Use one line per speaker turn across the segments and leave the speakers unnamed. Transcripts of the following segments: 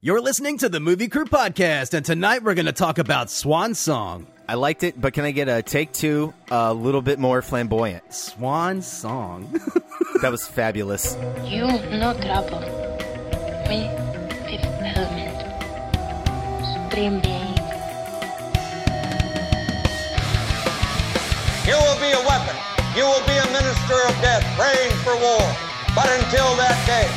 You're listening to the Movie Crew Podcast, and tonight we're going to talk about Swan Song.
I liked it, but can I get a take two a little bit more flamboyant?
Swan Song.
That was fabulous.
You no trouble. Me with helmet. Supreme being.
You will be a weapon. You will be a minister of death, praying for war. But until that day,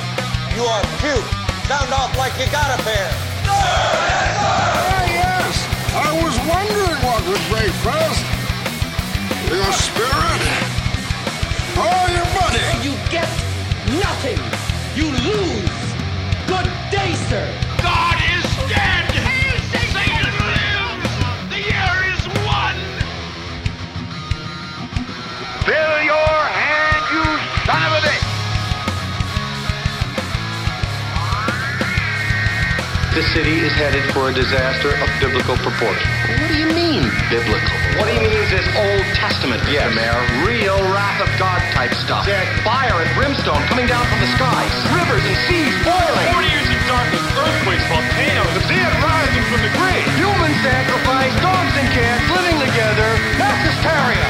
you are cute. Sound off like you got a pair.
Ah, yes. I was wondering what would break first. Your spirit or your money?
You get nothing. You lose. Good day, sir.
God is dead! Satan lives! The year is won! Fill your hand, you son of a bitch!
The city is headed for a disaster of biblical proportion. What do you mean, biblical? What he means is Old Testament, yes. Mayor. Real wrath of God type stuff. Fire and brimstone coming down from the skies. Rivers and seas boiling. 40 years of darkness, earthquakes, volcanoes, the dead rising from the grave. Human sacrifice, dogs and cats living together. That's hysteria.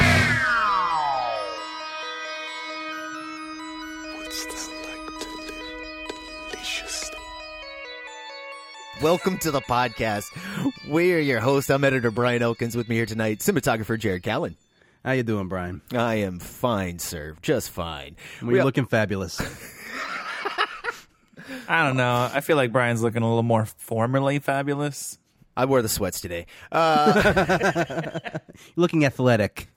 Welcome to the podcast. We are your host. I'm editor Brian Elkins. With me here tonight, cinematographer Jared Callen.
How you doing, Brian?
I am fine, sir. Just fine.
Well, you're looking fabulous.
I don't know. I feel like Brian's looking a little more formally fabulous.
I wore the sweats today.
You're looking athletic.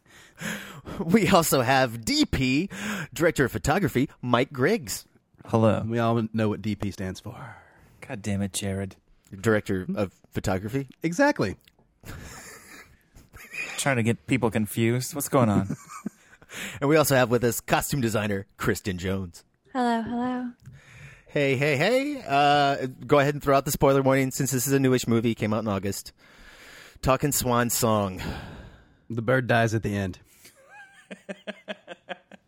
We also have DP, director of photography, Mike Griggs,
Hello.
We all know what DP stands for.
God damn it, Jared.
director of photography.
Exactly.
Trying to get people confused. What's going on?
And we also have with us costume designer Kristen Jones.
Hello, hello.
Hey, hey, hey. Uh, go ahead and throw out the spoiler warning since this is a newish movie, came out in August. Talking Swan Song.
The bird dies at the end.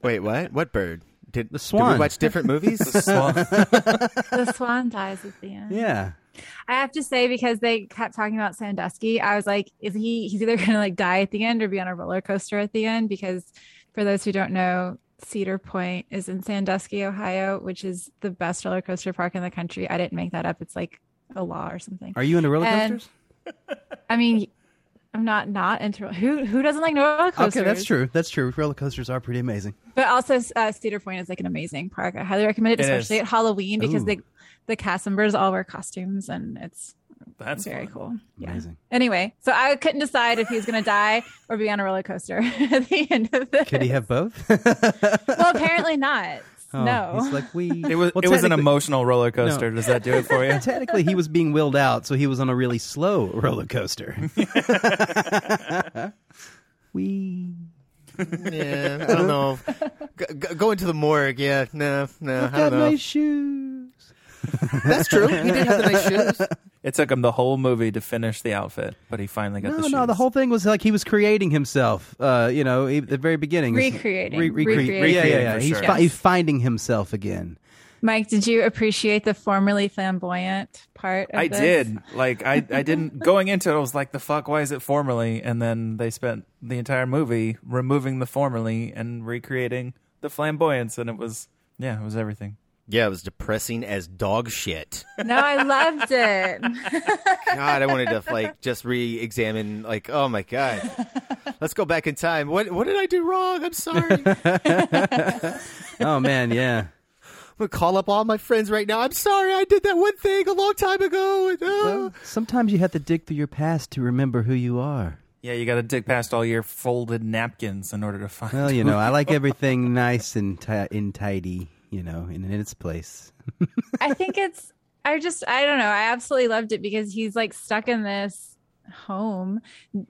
Wait, what? What bird? Did, the Did
swan.
we watch different movies?
Well,
The swan dies at the end.
Yeah.
I have to say because they kept talking about Sandusky, I was like, is he? He's either going to like die at the end or be on a roller coaster at the end. Because for those who don't know, Cedar Point is in Sandusky, Ohio, which is the best roller coaster park in the country. I didn't make that up. It's like a law or something.
Are you into roller
And-
coasters?
I mean, I'm not not into who who doesn't like roller coasters.
Okay, that's true. That's true. Roller coasters are pretty amazing.
But also, uh, Cedar Point is like an amazing park. I highly recommend it,
It
especially
is.
at Halloween because
Ooh.
the the cast members all wear costumes and it's
that's
very
fun.
cool. Yeah.
Amazing.
Anyway, so I couldn't decide if he was going to die or be on a roller coaster at the end of this.
Could he have both?
well, apparently not.
Oh,
no.
He's like we.
It was
Well,
it was an
technically-
emotional roller coaster.
No.
Does that do it for you?
Technically, he was being willed out, so he was on a really slow roller coaster. we.
yeah, I don't know. Go, go- go into the morgue. Yeah, no, no, I
got
don't know.
nice shoes.
That's true. He did have the nice shoes.
It took him the whole movie to finish the outfit, but he finally got
No,
the shoes.
no, the whole thing was like he was creating himself. Uh, you know, he, the very beginning, It's-
Recreating.
Re- recre-
Recreating.
Yeah, yeah, yeah.
Recreating, for
He's,
sure.
fi- he's finding himself again.
Mike, did you appreciate the formerly flamboyant part? Of
I
this?
did. Like I, I didn't going into it. I was like, the fuck? Why is it formally? And then they spent the entire movie removing the formally and recreating the flamboyance, and it was yeah, it was everything.
Yeah, it was depressing as dog shit.
No, I loved it.
God, I wanted to like just re-examine. Like, oh my god, let's go back in time. What what did I do wrong? I'm sorry. I'm
Oh man, yeah.
gonna call up all my friends right now. I'm sorry. I did that one thing a long time ago. and, uh,
Well, sometimes you have to dig through your past to remember who you are.
Yeah, you got to dig past all your folded napkins in order to find.
Well, you know, I like everything nice and ti- and tidy. You know, and in its place.
I think it's I just I don't know. I absolutely loved it because he's like stuck in this home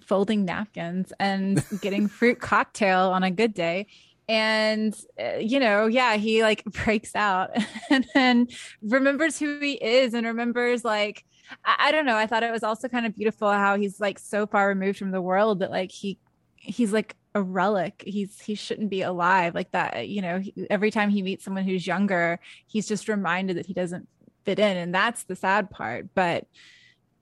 folding napkins and getting fruit cocktail on a good day. And uh, you know, yeah, he like breaks out and then remembers who he is and remembers like I, I don't know. I thought it was also kind of beautiful how he's like so far removed from the world that like he he's like a relic. He's he shouldn't be alive like that. You know, he, every time he meets someone who's younger, he's just reminded that he doesn't fit in and that's the sad part but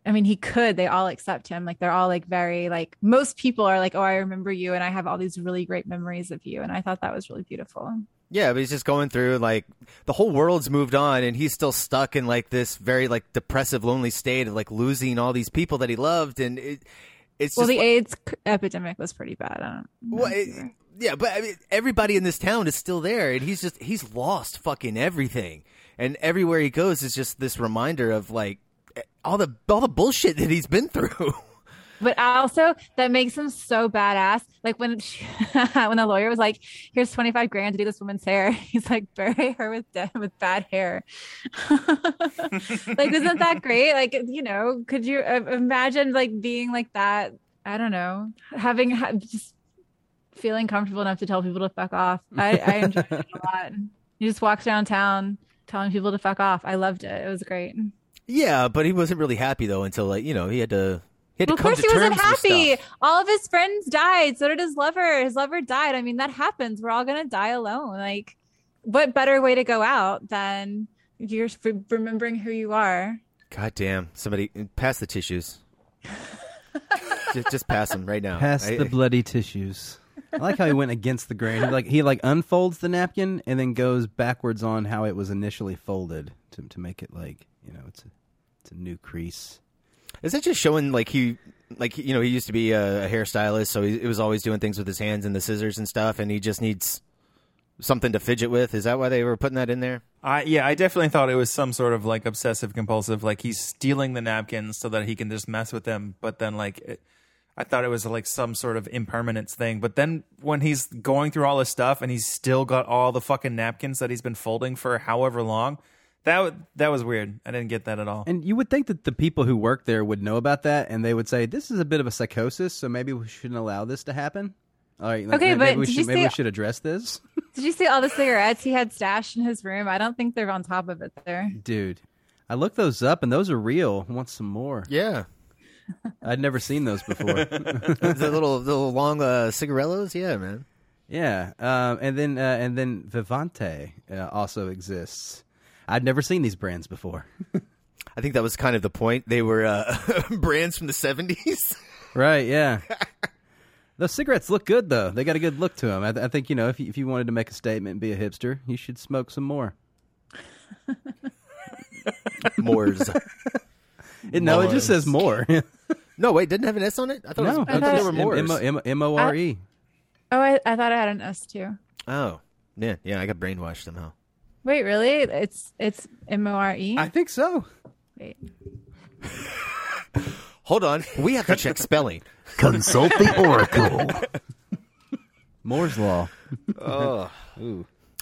i mean he could they all accept him like they're all like very like most people are like oh i remember you and i have all these really great memories of you and i thought that was really beautiful
Yeah, but he's just going through like the whole world's moved on, and he's still stuck in like this very like depressive, lonely state of like losing all these people that he loved, and it, it's
well
just
the aids c- epidemic was pretty bad i don't know
Well, it- yeah, but I mean, everybody in this town is still there, and he's just he's lost fucking everything, and everywhere he goes is just this reminder of like eh, all the all the bullshit that he's been through.
But also, that makes him so badass. Like when she, when the lawyer was like, "Here's twenty five grand to do this woman's hair," he's like, "Bury her with dead with bad hair." like, isn't that great? Like, you know, could you uh, imagine like being like that? I don't know, having ha- just feeling comfortable enough to tell people to fuck off. I, I enjoyed it a lot. You just walk downtown telling people to fuck off. I loved it. It was great.
yeah, but he wasn't really happy though until like you know he had to he had
Well,
to
of
come
course,
to
he wasn't
terms with
happy.
stuff.
All of his friends died. So did his lover. His lover died. I mean, that happens. We're all gonna die alone. Like, what better way to go out than you're f- remembering who you are?
God damn! Somebody pass the tissues. just, just pass them right now.
Pass
I-
the bloody tissues. I like how he went against the grain. He like he like unfolds the napkin and then goes backwards on how it was initially folded to to make it like you know it's a, it's a new crease.
Is that just showing like he, like you know, he used to be a, a hairstylist, so he, he was always doing things with his hands and the scissors and stuff, and he just needs something to fidget with. Is that why they were putting that in there?
I yeah, I definitely thought it was some sort of like obsessive compulsive, like he's stealing the napkins so that he can just mess with them. But then like, it, I thought it was like some sort of impermanence thing. But then when he's going through all his stuff and he's still got all the fucking napkins that he's been folding for however long, that w- that was weird. I didn't get that at all.
And you would think that the people who work there would know about that, and they would say, "This is a bit of a psychosis, so maybe we shouldn't allow this to happen." All right, like,
Okay,
maybe
but
we
did
should,
you
maybe
see-
we should address this,
Did you see all the cigarettes he had stashed in his room? I don't think they're on top of it there.
dude. I looked those up, and those are real. I want some more?
Yeah,
I'd never seen those before.
the little the little long uh, cigarellos. Yeah, man.
yeah, um, and then uh, and then Vivante uh, also exists. I'd never seen these brands before.
I think that was kind of the point. They were uh, brands from the seventies.
Right, yeah. Those cigarettes look good though. They got a good look to them. I, th- I think you know if you, if you wanted to make a statement and be a hipster, you should smoke some more.
Moors.
It, no, it just says more. no,
No, wait, didn't have an S on it. I thought, it was, I thought they were Moors.
M O R E.
Oh, I, I thought I had an S too.
oh, yeah, yeah. I got brainwashed somehow.
Wait, really? It's it's M O R E.
I think so.
Wait.
Hold on, we have to check spelling.
Consult the Oracle.
Moore's law.
Oh,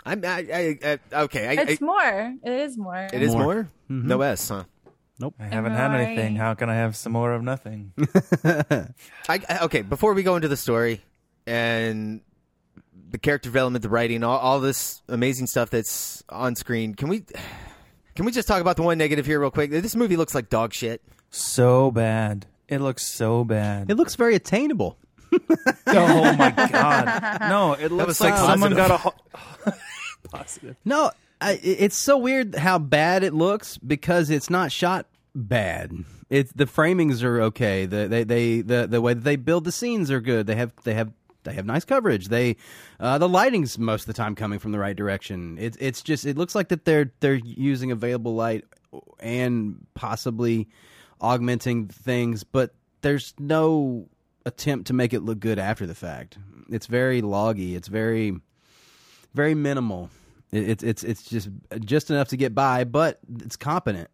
I'm I, I, I, okay. I,
It's
I-
more. It is more.
it is more.
More.
No S, huh?
I haven't had
Right.
anything. How can I have some more of nothing?
I, I- okay, before we go into the story and the character development, the writing, all, all this amazing stuff that's on screen, can we can we just talk about the one negative here real quick? This movie looks like dog shit.
so bad. It looks so bad.
It looks very attainable.
oh my god. No, it
was
looks like someone
positive.
got a ho- positive.
No, I, it- it's so weird how bad it looks because it's not shot bad. It's the framings are okay. The they, they the the way that they build the scenes are good. They have they have they have nice coverage. They uh, the lighting's most of the time coming from the right direction. It's it's just it looks like that they're they're using available light and possibly augmenting things, but there's no attempt to make it look good after the fact. It's very loggy. It's very very minimal. It, it's it's it's just just enough to get by, but it's competent,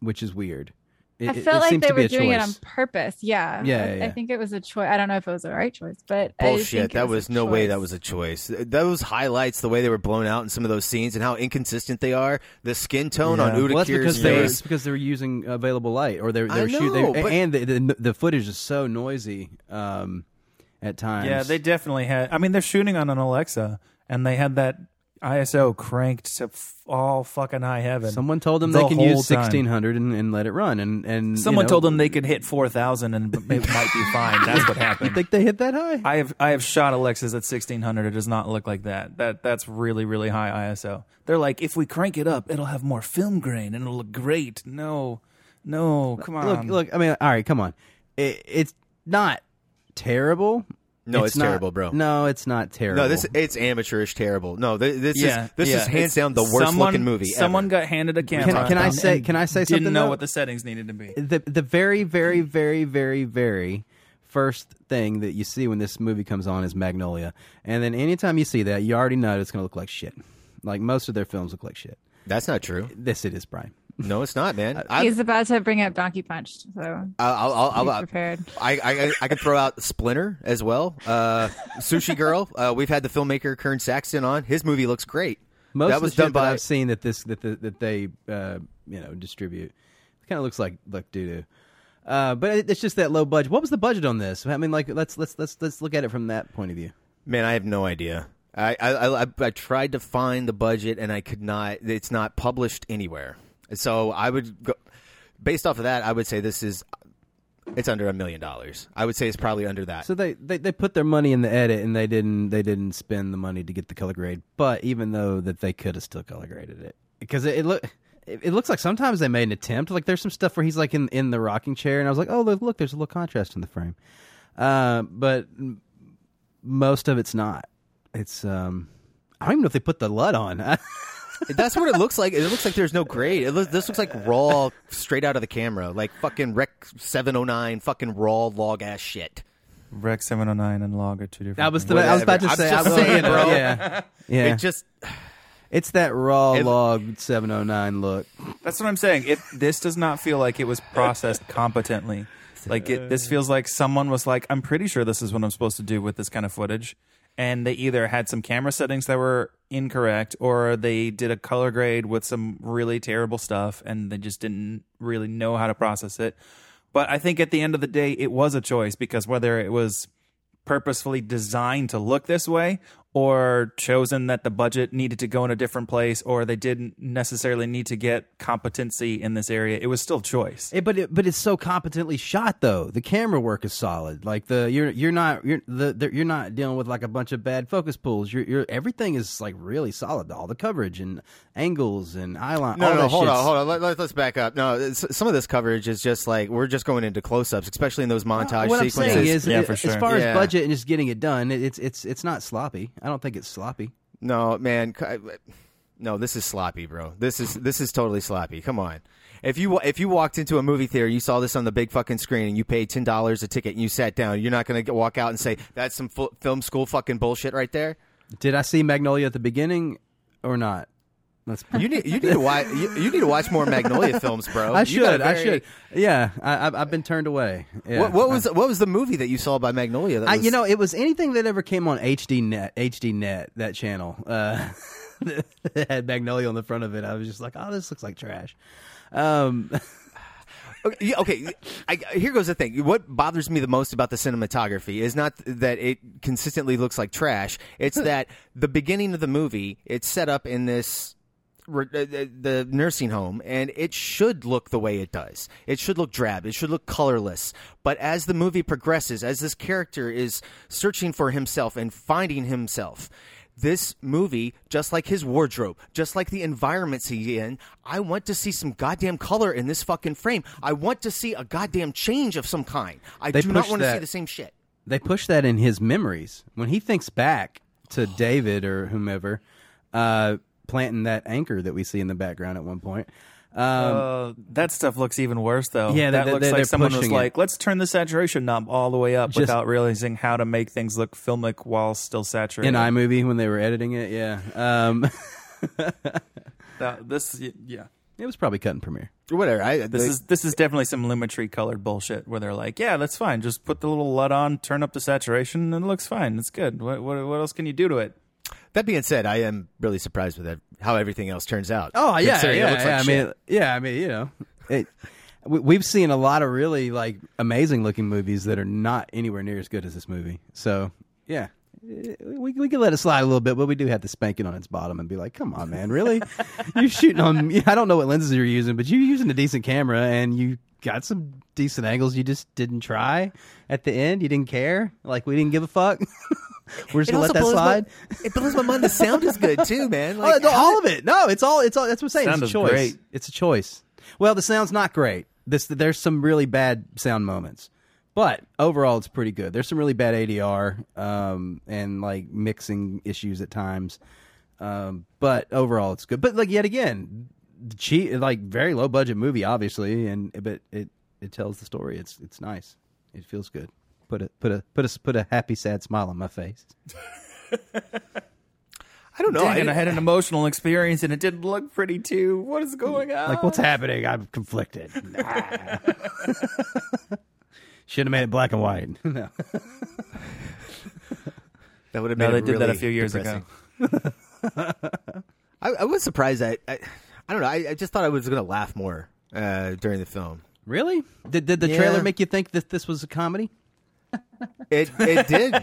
which is weird. It,
I
it-
felt
it
like
seems
they
to be
were
a
doing it on
choice.
purpose.
Yeah,
Yeah. I,
yeah,
I
yeah.
think it was a choice. I don't know if it was the right choice, but I just think
Bullshit.
it
That
was,
was
a
no way.
choice.
That was a choice. Those highlights, the way they were blown out in some of those scenes, and how inconsistent they are. The skin tone on
Yeah.
Uda
Well, that's
Kier's
because they were,
face.
it's because they were using available light, or they were-
I
they were shooting,
know,
they,
but-
and the, the the footage is so noisy um, at times.
Yeah, they definitely had. I mean, they're shooting on an Alexa, and they had that ISO cranked to f- all fucking high heaven.
Someone told them
The
they can
whole
use
time.
1600 and, and let it run. And, and you
Someone
know,
told them they could hit four thousand and it might be fine. That's what happened. You
think they hit that high?
I have I have shot Alexis at sixteen hundred. It does not look like that. That that's really really high ISO. They're like, if we crank it up, it'll have more film grain and it'll look great. No, no, come on.
Look,
Um,
look. I mean, all right, come on. It, it's not terrible.
No, it's
not-
terrible, bro.
No, it's not terrible.
No, this it's amateurish terrible. No, thi- this
Yeah,
is this
yeah.
is hands
It's-
down the worst
someone-
looking movie.
Someone got handed a camera.
Can, can I
and-
say?
and
Can I say something?
Didn't know
though?
what the settings needed to be.
the the very very very very very first thing that you see when this movie comes on is Magnolia, and then anytime you see that, you already know it's going to look like shit. Like most of their films look like shit.
That's not true.
This it is, Brian.
Ever. No, it's not, man. I,
He's about to bring up Donkey Punch, so
I'll, I'll, I'll,
uh,
be
I'll,
prepared.
I, I, I could throw out Splinter as well. Uh, Sushi Girl. Uh, we've had the filmmaker Kern Saxton on. His movie looks great.
Most
that
of
was
the shit
done by.
that I've seen that this that the, that they uh, you know distribute kind of looks like like doo doo. Uh, but it, it's just that low budget. What was the budget on this? I mean, like let's let's let's let's look at it from that point of view.
Man, I have no idea. I, I, I, I- I tried to find the budget and I could not. It's not published anywhere. So I would go based off of that. I would say this is. It's under a million dollars. I would say it's probably under that.
So they, they they put their money in the edit and they didn't they didn't spend the money to get the color grade. But even though that they could have still color graded it because it, it look. It it looks like sometimes they made an attempt. Like there's some stuff where he's like in, in the rocking chair, and I was like, oh look, look, there's a little contrast in the frame. Uh, but m- most of it's not. It's um, I don't even know if they put the LUT on.
That's what it looks like. It looks like there's no grade. It looks, this looks like raw, straight out of the camera, like fucking Rec 709, fucking raw log ass shit.
Rec seven hundred nine and Log are two different.
I was
things.
I was about to
Whatever.
say,
I'm
I
just
was-
saying, bro.
yeah. Yeah.
It just
it's that raw log 709 look.
That's what I'm saying. It this does not feel like it was processed competently. Like it, this feels like someone was like, "I'm pretty sure this is what I'm supposed to do with this kind of footage," and they either had some camera settings that were incorrect, or they did a color grade with some really terrible stuff, and they just didn't really know how to process it. But I think at the end of the day, it was a choice because whether it was purposefully designed to look this way or chosen that the budget needed to go in a different place or they didn't necessarily need to get competency in this area it was still choice
Eh, but it, but it's so competently shot though. The camera work is solid. Like the you're you're not you're the, the you're not dealing with like a bunch of bad focus pulls. You're, you're everything is like really solid. All the coverage and angles and eyeline.
No,
all
no,
that
hold
shit's-
on, hold on. Let, let, let's back up. No, it's, some of this coverage is just like we're just going into close-ups, especially in those montage
What I'm
sequences.
saying is, eh, as far
Yeah.
as budget and just getting it done, it, it's it's it's not sloppy. I don't think it's sloppy.
No, man. c- I- No, this is sloppy, bro. This is this is totally sloppy. Come on. If you wa- if you walked into a movie theater, you saw this on the big fucking screen, and you paid ten dollars a ticket, and you sat down, you're not gonna get, walk out and say that's some fu- film school fucking bullshit right there.
Did I see Magnolia at the beginning or not? Let's
You need you need to watch you, you need to watch more Magnolia films, bro.
I
You got a
should. I
very-
should. Yeah, I, I've, I've been turned away. Yeah.
What, what was what was the movie that you saw by Magnolia? That
I,
was,
you know, it was anything that ever came on HD Net, HD Net, that channel uh, that had Magnolia on the front of it. I was just like, oh, this looks like trash. Um,
Okay, yeah, okay. I, here goes the thing. What bothers me the most about the cinematography is not that it consistently looks like trash. It's that the beginning of the movie, it's set up in this re- uh, the the nursing home, and it should look the way it does. It should look drab. It should look colorless. But as the movie progresses, as this character is searching for himself and finding himself. This movie, just like his wardrobe, just like the environments he's in, I want to see some goddamn color in this fucking frame. I want to see a goddamn change of some kind. I
They
do not
pushed
want to see
that.
the same shit.
they push that in his memories when he thinks back to David or whomever uh, planting that anchor that we see in the background at one point. Um,
Oh,
uh, that stuff looks even worse though
Yeah, they-
that
they-
looks
they're
like someone was
pushing it.
like let's turn the saturation knob all the way up
Just-
without realizing how to make things look filmic while still saturated
in iMovie when they were editing it, yeah. Um,
That- this y- yeah
it was probably cut in Premiere.
Whatever. I,
this is this is definitely some lumetri colored bullshit where they're like, yeah, that's fine. Just put the little LUT on, turn up the saturation, and it looks fine. It's good. What what, what else can you do to it?
That being said, I am really surprised with that, how everything else turns out.
Oh yeah,
Considering it
yeah,
looks
yeah.
like
I
shit.
mean, yeah, I mean, you know, it, we, we've seen a lot of really like amazing looking movies that are not anywhere near as good as this movie. So yeah, we we can let it slide a little bit, but we do have to spank it on its bottom and be like, "Come on, man, really? You're shooting on? I don't know what lenses you're using, but you're using a decent camera and you got some decent angles. You just didn't try at the end. You didn't care. Like we didn't give a fuck. We're just
It
gonna let
also
that
blows my-
slide.
it blows my mind. The sound is good too, man.
Oh,
Like,
no, all of it. No, it's all. It's all. That's what I'm saying. it's
Sound
a
is
choice.
great.
It's a choice. Well, the sound's not great. This there's some really bad sound moments, but overall it's pretty good. There's some really bad ADR um, and like mixing issues at times, um, but overall it's good. But like yet again, the cheap like very low budget movie, obviously, and but it it tells the story. It's it's nice. It feels good. Put a put a put a put a happy sad smile on my face.
I don't know.
Dang
I-
it, I had an emotional experience and it didn't look pretty too. What is going on?
Like, what's happening? I'm conflicted. Should have made it black and white. no.
That would have
No,
made
they
it
did that
really
a few years ago.
depressing. I, I was surprised. I, I, I don't know. I, I just thought I was going to laugh more uh, during the film.
Really? Did, did the
Yeah.
trailer make you think that this was a comedy?
It it did.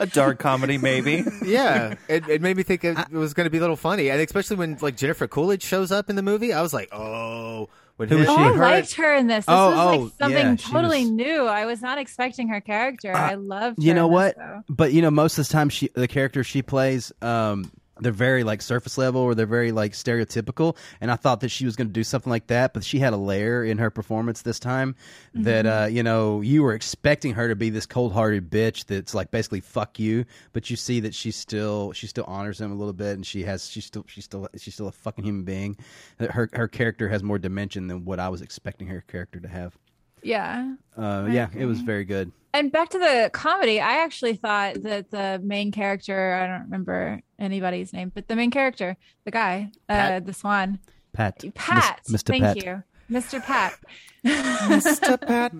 A dark comedy, maybe.
yeah, it, it made me think it, it was going to be a little funny, and especially when like Jennifer Coolidge shows up in the movie, I was like, oh, when
Who
him-
is
Oh,
she?
I
Her-
liked her in this. This
Oh,
was
oh,
like something
yeah, she
totally
was- Uh,
new. I was not expecting her character. I loved.
You
her
know
in this,
what?
though.
But you know, most of the time, she the characters she plays, um, they're very like surface level or they're very like stereotypical. And I thought that she was going to do something like that, but she had a layer in her performance this time that
Mm-hmm.
uh, you know you were expecting her to be this cold hearted bitch that's like basically fuck you, but you see that she still she still honors him a little bit, and she has she still she still she's still a fucking human being. Her her character has more dimension than what I was expecting her character to have.
Yeah.
Uh, yeah, it was very good.
And back to the comedy, I actually thought that the main character, I don't remember anybody's name, but the main character, the guy, uh,
Pat?
the swan,
Pat, Mis-
Pat.
Mr.
Thank
Pat.
you. Mr. Pat.
Mr. Pat.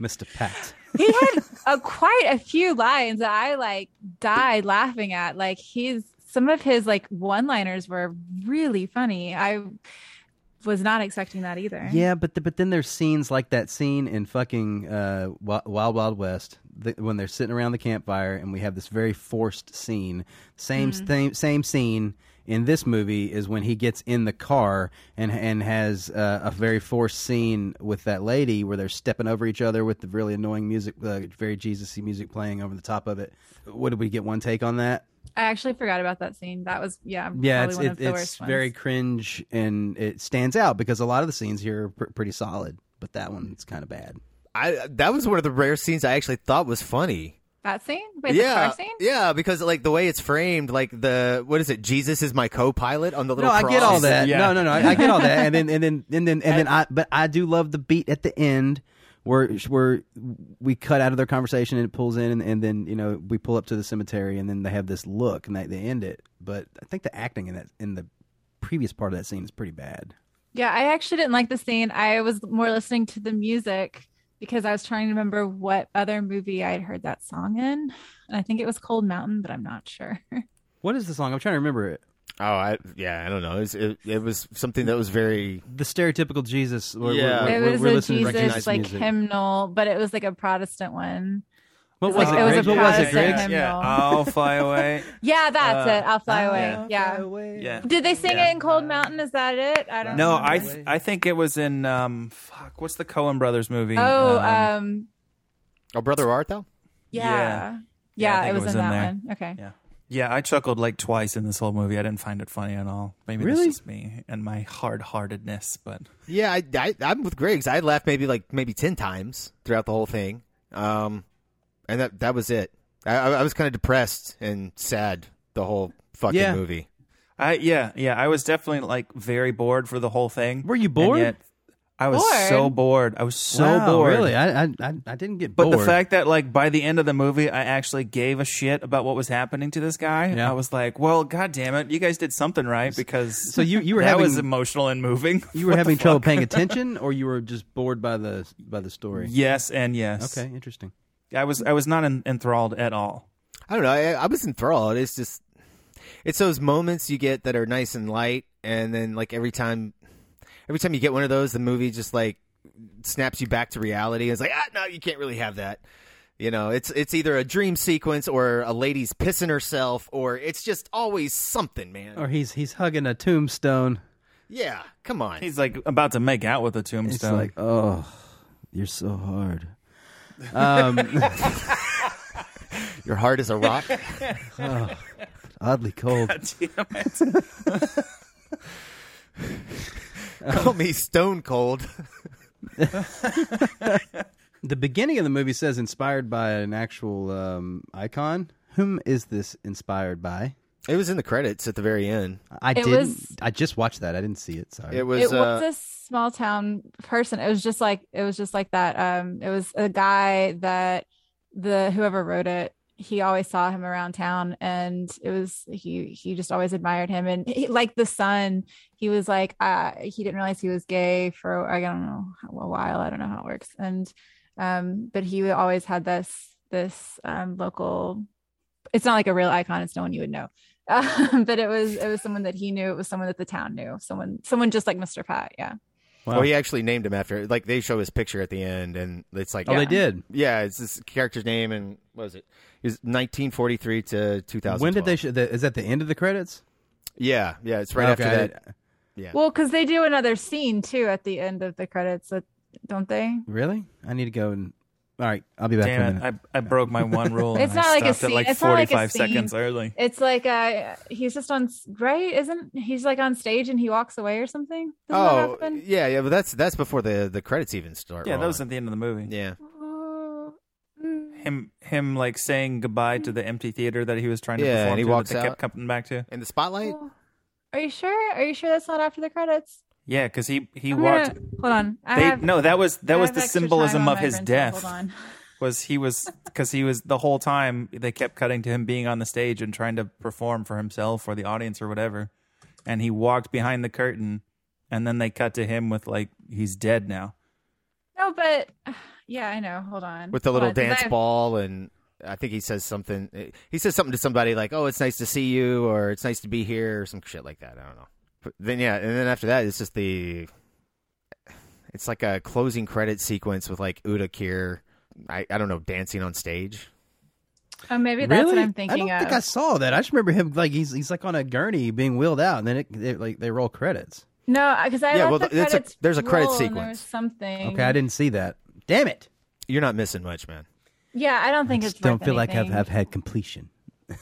Mr. Pat.
he had a, quite a few lines that I like died laughing at. Like he's some of his like one-liners were really funny. I was not expecting that either.
Yeah, but the, but then there's scenes like that scene in fucking uh, Wi- Wild Wild West th when they're sitting around the campfire and we have this very forced scene. Same same same scene in this movie is when he gets in the car and and has uh, a very forced scene with that lady where they're stepping over each other with the really annoying music, uh, very Jesusy music playing over the top of it. What did we get one take on that?
I actually forgot about that scene. That was yeah,
yeah,
probably
it's
one
it,
of the
it's
worst ones.
very cringe and it stands out because a lot of the scenes here are pr- pretty solid, but that one's kind of bad.
I that was one of the rare scenes I actually thought was funny.
that scene? Wait, the
yeah,
car scene?
yeah, because like the way it's framed, like the what is it? Jesus is my co-pilot on the
No,
little.
I get
cross.
all that.
Yeah.
No, no, no, I, I get all that. And then and then and then and then I but I do love the beat at the end where where we cut out of their conversation and it pulls in and, and then you know we pull up to the cemetery and then they have this look and they, they end it. But I think the acting in that in the previous part of that scene is pretty bad.
Yeah, I actually didn't like the scene. I was more listening to the music because I was trying to remember what other movie I'd heard that song in. And I think it was Cold Mountain, but I'm not sure.
What is the song? I'm trying to remember it.
Oh, I yeah, I don't know. It was, it, it was something that was very.
The stereotypical Jesus. We're,
Yeah.
Uh, we're,
it
we're,
was
we're
a
listening to
Jesus
recognized
like
music.
hymnal, but it was like a Protestant one.
What
Like,
was
was
it? Griggs?
it, it was Griggs?
What was
a
it,
Protestant
Griggs?
hymn.
Yeah,
hymnal.
I'll fly away.
Yeah, that's
Uh,
it. I'll fly
I'll
away. Yeah.
Yeah.
Did they sing
Yeah.
it in Cold Mountain? Is that it? I don't
No,
remember.
I th- I think it was in um fuck. What's the Coen Brothers movie?
Oh,
Um,
um,
Oh, brother Art though.
yeah.
yeah.
Yeah,
Yeah, I think
it was, in, that
there.
one. Okay.
yeah, yeah. I chuckled like twice in this whole movie. I didn't find it funny at all. Maybe
Really?
that's just me and my hard heartedness. But
Yeah, I, I, I'm with Griggs. I laughed maybe like maybe ten times throughout the whole thing, um, and that that was it. I, I I was kind of depressed and sad the whole fucking
Yeah.
movie.
I yeah yeah I was definitely like very bored for the whole thing.
Were you
And
bored?
yet- I was
Bored?
so bored. I was so
Wow,
bored.
Really? I, I I I didn't get
But
bored.
the fact that like by the end of the movie, I actually gave a shit about what was happening to this guy.
Yeah.
I was like, well, god damn it, you guys did something right because
so you you were
that
having
was emotional and moving.
you were
What the
having trouble
fuck?
paying attention, or you were just bored by the by the story.
Yes and yes.
Okay, interesting.
I was I was not en- enthralled at all.
I don't know. I, I was enthralled. It's just it's those moments you get that are nice and light, and then like every time, every time you get one of those, the movie just like snaps you back to reality. It's like ah, no, you can't really have that. You know, it's it's either a dream sequence or a lady's pissing herself, or it's just always something, man.
Or he's he's hugging a tombstone.
Yeah, come on.
He's like about to make out with a tombstone.
It's like, oh, you're so hard. Um,
Your heart is a rock.
oh, oddly cold.
God damn it.
Call me Stone Cold.
The beginning of the movie says inspired by an actual um, icon. Whom is this inspired by?
It was in the credits at the very end.
I
It
didn't.
was-
I just watched that. I didn't see it. Sorry.
It was.
it
uh,
was a small town person. It was just like it was just like that. Um, it was a guy that the whoever wrote it, he always saw him around town, and it was he he just always admired him. And he, like the son, he was like uh, he didn't realize he was gay for I don't know a while. I don't know how it works. And um, but he always had this this um local. It's not like a real icon. It's no one you would know um, but it was it was someone that he knew. It was someone that the town knew. Someone someone just like Mr. Pat. Yeah,
Well, he actually named him after. Like they show his picture at the end, and it's like,
oh,
yeah,
they did.
it's this character's name, and what was it? It was 1943 to 2000.
When did they? Sh- the, is that the end of the credits?
Yeah, yeah, it's
Okay,
right
I
after that.
didn't-
Yeah.
well, because they do another scene too at the end of the credits, that don't they?
Really? I need to go and. All right, I'll be back in a
Damn
minute.
it. I, I broke my one rule. and
It's
I
not like a
stopped at
scene-
like
it's not like a
45 seconds
scene.
early.
It's like uh, he's just on s- right, isn't he's like on stage and he walks away or something? Doesn't that
Oh,
happen?
yeah, yeah, but that's that's before the the credits even start.
Yeah, that was
rolling.
at the end of the movie.
yeah.
Oh, mm.
Him, him, like saying goodbye to the empty theater that he was trying to
Yeah, and
perform
he
to
walks
that they kept
out.
coming back to.
And the spotlight.
Are you sure? Are you sure that's not after the credits?
Yeah, because he he
I'm
walked.
gonna- hold on. I
They,
have,
no, that was that
I
was
have
the
extra time
symbolism of
on my
his
printer.
death.
Hold on.
Was he was because he was the whole time they kept cutting to him being on the stage and trying to perform for himself or the audience or whatever, and he walked behind the curtain, and then they cut to him with like he's dead now.
No, but yeah, I know. Hold on.
with the
Hold
little
on, 'cause I
dance
have-
ball and I think he says something. He says something to somebody like, "Oh, it's nice to see you," or "It's nice to be here," or some shit like that. I don't know. But then yeah, and then after that, it's just the. It's like a closing credit sequence with like Uda Kier, I, I don't know, dancing on stage.
Oh, maybe that's
really?
what I'm thinking
I don't
of.
think I saw that. I just remember him like he's he's like on a gurney being wheeled out, and then it, it like they roll credits.
No, because I
Yeah,
let
well,
the
th- it's a-
credits
there's a credit
roll and there was
sequence.
something.
Okay, I didn't see that. Damn it!
You're not missing much, man.
Yeah, I don't think
just
it's.
don't
worth
feel like I've,
anything.
I've had completion.
You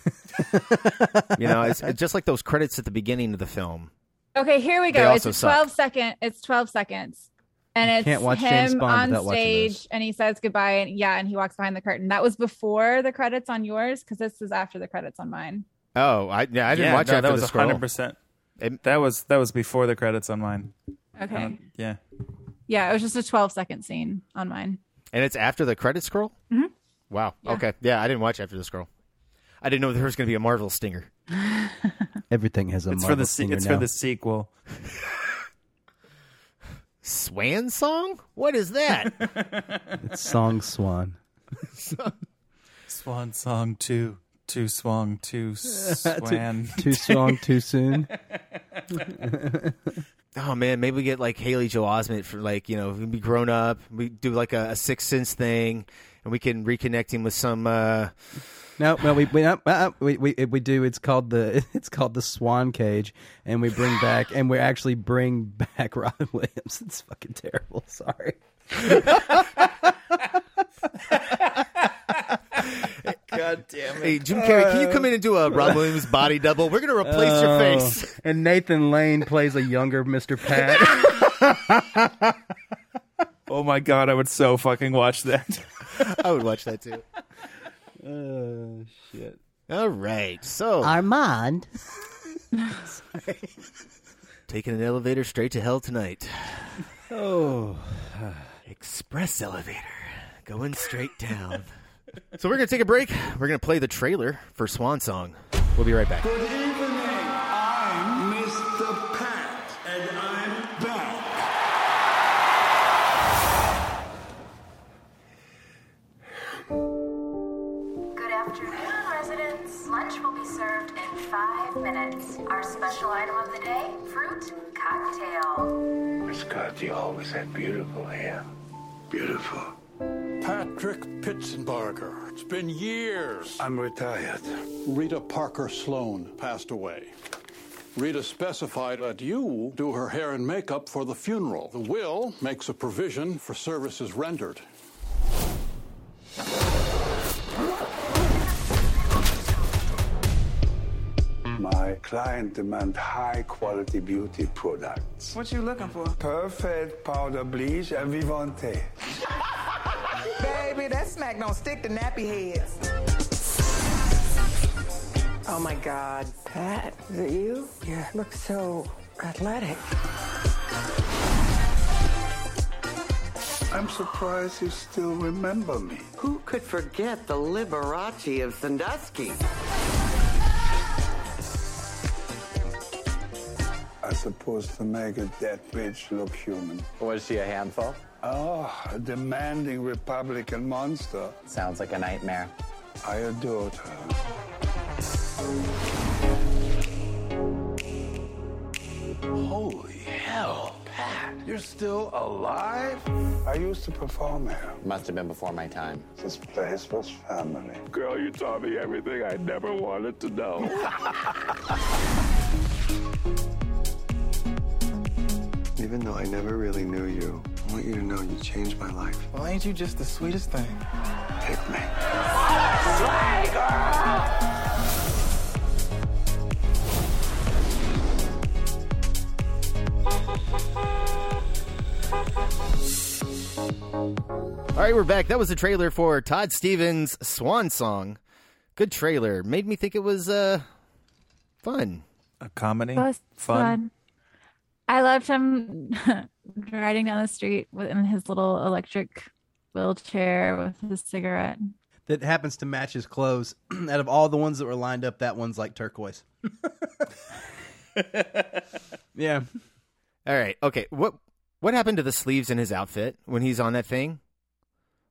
know, it's, it's just like those credits at the beginning of the film.
Okay, here we
They
go. It's
also
a
suck.
12 second. It's 12 seconds. And
You
it's
can't watch James
him
Bond
on
without watching
stage
this.
and he says goodbye and yeah, and he walks behind the curtain. That was before the credits on yours because this is after the credits on mine.
Oh, I yeah, I didn't
yeah,
watch
no,
after
that was
the scroll.
percent.
It-
That was that was before the credits on mine.
Okay.
Yeah.
Um, yeah, it was just a 12 second scene on mine.
And it's after the credit scroll. Mm-hmm. Wow. Okay. Yeah, I didn't watch after the scroll. I didn't know there was going to be a Marvel stinger.
Everything has a
It's for
Marvel
the se-
stinger
it's
now.
for the sequel.
Swan song? What is that?
It's song swan.
Swan Song 2. Two swung, two swan.
Too strong, too soon.
oh man, maybe we get like Haley Joel Osment for like you know we be grown up. We do like a, a sixth sense thing, and we can reconnect him with some. uh
No, no, we we, uh, uh, we we we do. It's called the it's called the Swan Cage, and we bring back and we actually bring back Robin Williams. It's fucking terrible. Sorry.
God damn
Hey Jim Carrey, can you come in and do a Rob Williams body double? We're gonna replace your face.
And Nathan Lane plays a younger Mr. Pat.
Oh my god, I would so fucking watch that.
I would watch that too.
oh shit.
All right, so
Armand.
taking an elevator straight to hell tonight.
Oh.
Express elevator going straight down. so we're gonna take a break. We're gonna play the trailer for Swan Song. We'll be right back.
Good evening. I'm Mr. Pat, and I'm back.
Good afternoon, residents. Lunch will be served in five minutes. Our special item of the day fruit cocktail.
Miss Scott, you always had beautiful hair. Beautiful. Patrick Pitzenbarger. It's been years. I'm retired. Rita Parker Sloan passed away. Rita specified that you do her hair and makeup for the funeral. The will makes a provision for services rendered.
My client demand high quality beauty products.
What you looking for?
Perfect powder bleach and Vivante.
Baby, that smack don't stick to nappy heads. Oh my God, Pat, is it you? You look
Oh,
so athletic.
I'm surprised you still remember me.
Who could forget the Liberace of Sandusky?
I supposed to make a dead bitch look human.
Was she a handful?
Oh, a demanding Republican monster.
Sounds like a nightmare.
I adored her.
Holy hell, Pat, you're still alive?
I used to perform here.
Must have been before my time.
This place was family.
Girl, you taught me everything I never wanted to know.
Even though I never really knew you, I want you to know you changed my life.
Well, ain't you just the sweetest thing?
Pick me.
All right, we're back. That was a trailer for Todd Stevens' Swan Song. Good trailer. Made me think it was uh, fun.
A comedy?
Plus fun. I loved him riding down the street with in his little electric wheelchair with his cigarette.
that happens to match his clothes. Out of all the ones that were lined up, that one's like turquoise. yeah.
All right. Okay. What what happened to the sleeves in his outfit when he's on that thing?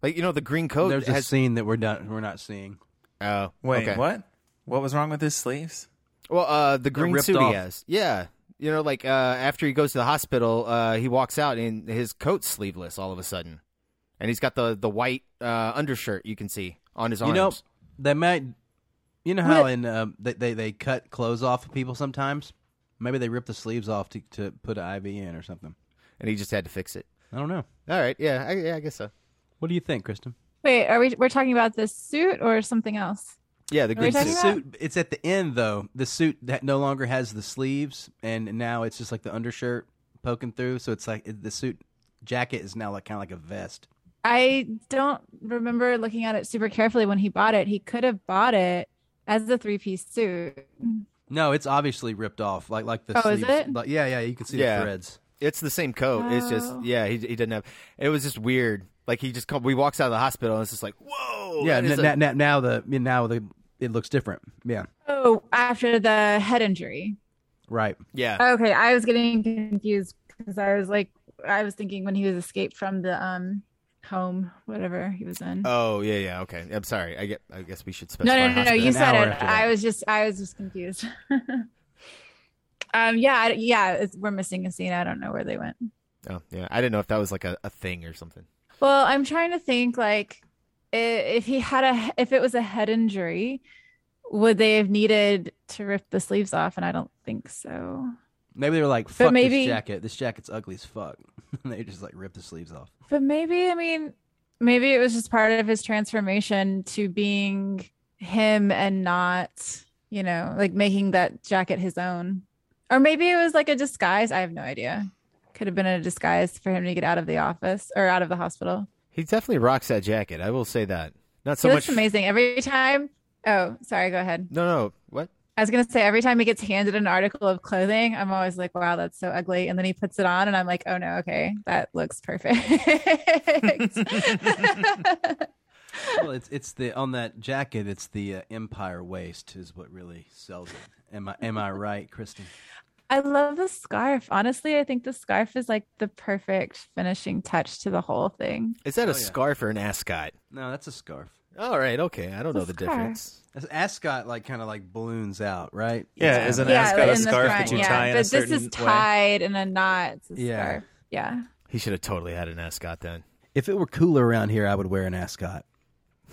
Like you know the green coat.
There's
Oh, has,
a scene that we're not we're not seeing.
Oh,
Wait,
okay.
what? What was wrong with his sleeves?
Well, uh, the
They're
green
ripped
suit
off.
he has. Yeah. You know, like uh, after he goes to the hospital, uh, he walks out and his coat's sleeveless all of a sudden, and he's got the the white uh, undershirt you can see on his
You
arms.
know, they might. You know how in um, they, they they cut clothes off of people sometimes. Maybe they rip the sleeves off to to put an IV in or something.
And he just had to fix it.
I don't know.
All right. Yeah. I, yeah. I guess so.
What do you think, Kristen?
Wait, are we we're talking about this suit or something else?
Yeah, the
Are we green talking suit. about-
suit. It's at the end though. The suit that no longer has the sleeves, and now it's just like the undershirt poking through. So it's like it- the suit jacket is now like kind of like a vest.
I don't remember looking at it super carefully when he bought it. He could have bought it as a three piece suit.
No, it's obviously ripped off. Like like the
Oh, is
sleeves.
it?
Like, yeah, yeah. You can see the threads.
It's the same coat. It's just
Oh.
yeah. He he didn't have. It was just weird. Like he just come, we walks out of the hospital and it's just like whoa.
yeah.
that is
N-
a-
n- n- now the now the it looks different. Yeah.
Oh, after the head injury.
Right.
Yeah.
Okay, I was getting confused because I was like, I was thinking when he was escaped from the um home, whatever he was in.
Oh yeah yeah okay. I'm sorry. I get. I guess we should
no,
specify.
no, no, no.
hospital.
You said it. I was just, I was just confused. um, yeah, I, yeah. It's, we're missing a scene. I don't know where they went.
Oh yeah. I didn't know if that was like a, a thing or something.
Well, I'm trying to think like i- if he had a if it was a head injury, would they have needed to rip the sleeves off? And I don't think so.
Maybe they were like, "Fuck
maybe-
this jacket. This jacket's ugly as fuck." and they just like ripped the sleeves off.
But maybe I mean maybe it was just part of his transformation to being him and not, you know, like making that jacket his own. Or maybe it was like a disguise. I have no idea. Could have been a disguise for him to get out of the office or out of the hospital.
He definitely rocks that jacket. I will say that. Not so
he
much.
looks amazing every time. Oh, sorry. Go ahead.
No, no. What?
I was gonna say every time he gets handed an article of clothing, I'm always like, "Wow, that's so ugly," and then he puts it on, and I'm like, "Oh no, okay, that looks perfect."
well, it's it's the on that jacket. It's the uh, Empire waist is what really sells it. Am I am I right, Kristen?
I love the scarf. Honestly, I think the scarf is like the perfect finishing touch to the whole thing.
Is
Oh,
that a scarf or an ascot?
No, that's a scarf.
All right. Okay. I don't know the
scarf.
difference.
This ascot like kind of like balloons out, right?
Yeah,
It's
isn't
kinda-
ascot a scarf that you tie in
but
a
this
certain
is
way?
tied in a knot. It's a
Yeah.
scarf. Yeah.
He should have totally had an ascot then.
If it were cooler around here, I would wear an ascot.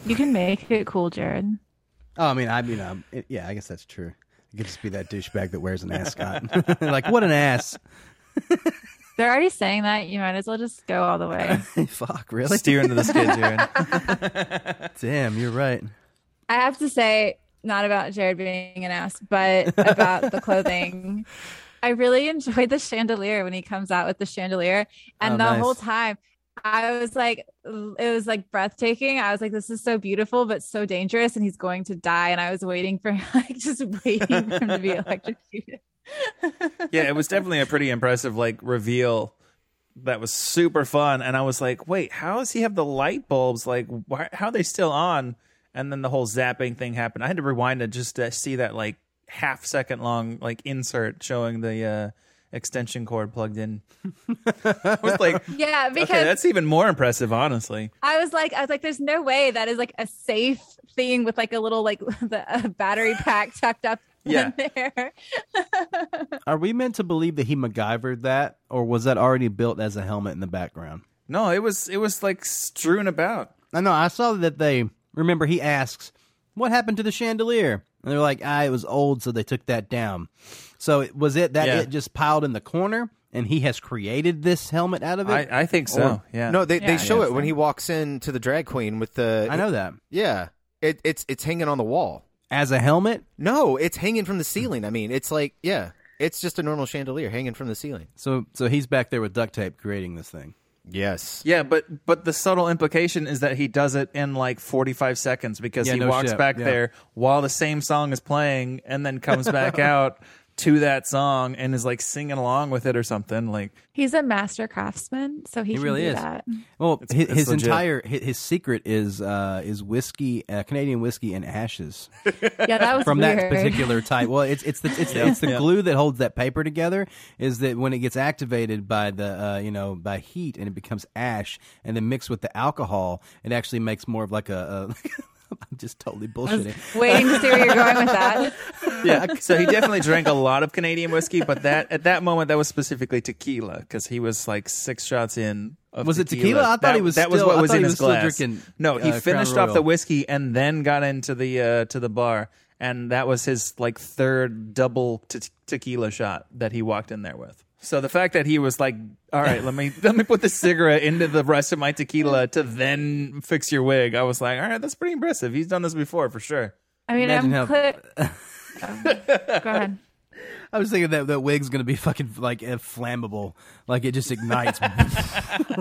You can make it cool, Jared.
Oh, I mean, I mean, um, it- yeah, I guess that's true. I could just be that douchebag that wears an ascot. like, what an ass!
They're already saying that. You might as well just go all the way.
Fuck, really?
Steer into the skid,
Jared. Damn, you're right.
I have to say, not about Jared being an ass, but about the clothing. I really enjoyed the chandelier when he comes out with the chandelier. And
Oh,
the
nice.
whole time, I was like, l- it was like breathtaking. I was like, this is so beautiful, but so dangerous. And he's going to die. And I was waiting for, like, just waiting for him to be electrocuted.
yeah, it was definitely a pretty impressive like reveal that was super fun. And I was like, wait, how does he have the light bulbs? Like, why, how are they still on? And then the whole zapping thing happened. I had to rewind to just to see that like half second long like insert showing the uh, extension cord plugged in. I was like,
Yeah, because
okay, that's even more impressive, honestly.
I was like, I was like, there's no way that is like a safe thing with like a little like the a battery pack tucked up
Yeah.
in there.
Are we meant to believe that he MacGyvered that, or was that already built as a helmet in the background?
No, it was it was like strewn about.
I know. I saw that they remember. He asks, "What happened to the chandelier?" And they're like, "Ah, it was old, so they took that down." So it, was it that
Yeah.
it just piled in the corner, and he has created this helmet out of it? Or-
No, they they show it when he walks in to the drag queen with the.
I know that.
Yeah, it, it's it's hanging on the wall
as a helmet.
No, it's hanging from the
Hmm.
ceiling. I mean, it's like yeah, it's just a normal chandelier hanging from the ceiling.
So so he's back there with duct tape creating this thing.
Yes.
Yeah, but but the subtle implication is that he does it in like 45 seconds because
Yeah,
he
no
walks
shit,
back
yeah.
there while the same song is playing and then comes back out to that song and is like singing along with it or something like
He's a master craftsman, so he,
He
can
really
do
is.
that.
Well,
It's-
his,
it's
his
legit.
entire his, his secret is uh, is whiskey, uh, Canadian whiskey, and ashes.
Yeah, that was
from that
weird.
particular type. Well, it's it's the it's, the
Yeah.
it's the
Yeah.
glue that holds that paper together. Is that when it gets activated by the uh, you know by heat and it becomes ash, and then mixed with the alcohol, it actually makes more of like a. a I'm just totally bullshitting.
Waiting to see where you're going with that.
yeah so he definitely drank a lot of Canadian whiskey but that at that moment that was specifically tequila cuz he was like 6 shots in of
Was it tequila? I thought
That-
he was
that was
still-
what
I
was
thought
in
he
his
was still
glass.
drinking,
no, he
uh,
finished
Crown
off the
Royal.
whiskey and then got into the uh, to the bar, and that was his like third double te- tequila shot that he walked in there with. So the fact that he was like, "All right, let me let me put the cigarette into the rest of my tequila to then fix your wig," I was like, "All right, that's pretty impressive. He's done this before for sure."
I mean,
Imagine how-
I'm clear. Oh, go ahead.
I was thinking that that wig's gonna be fucking like eh, flammable, like it just ignites.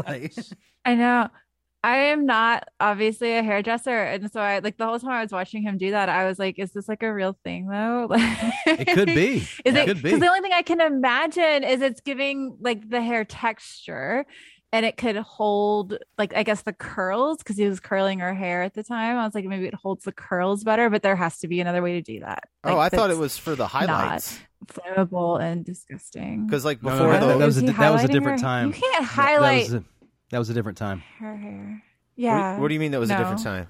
Like-
I know. I am not obviously a hairdresser, and so I like the whole time I was watching him do that, I was like, "Is this like a real thing, though?" Like,
it could be.
Is
it
it
could be.
because the only thing I can imagine is it's giving like the hair texture and it could hold like I guess the curls because he was curling her hair at the time. I was like, maybe it holds the curls better, but there has to be another way to do that.
Oh, I
Like,
thought it
that's
was for the
not
highlights.
Flammable and disgusting.
'Cause, like,
No, no,
before
no,
the-
that, that was a,
Is he
that was a
highlighting
different
her-
time.
You can't
That-
highlight
That was a, that was a different time.
her hair. Yeah.
What do you mean that was a different
No.
time?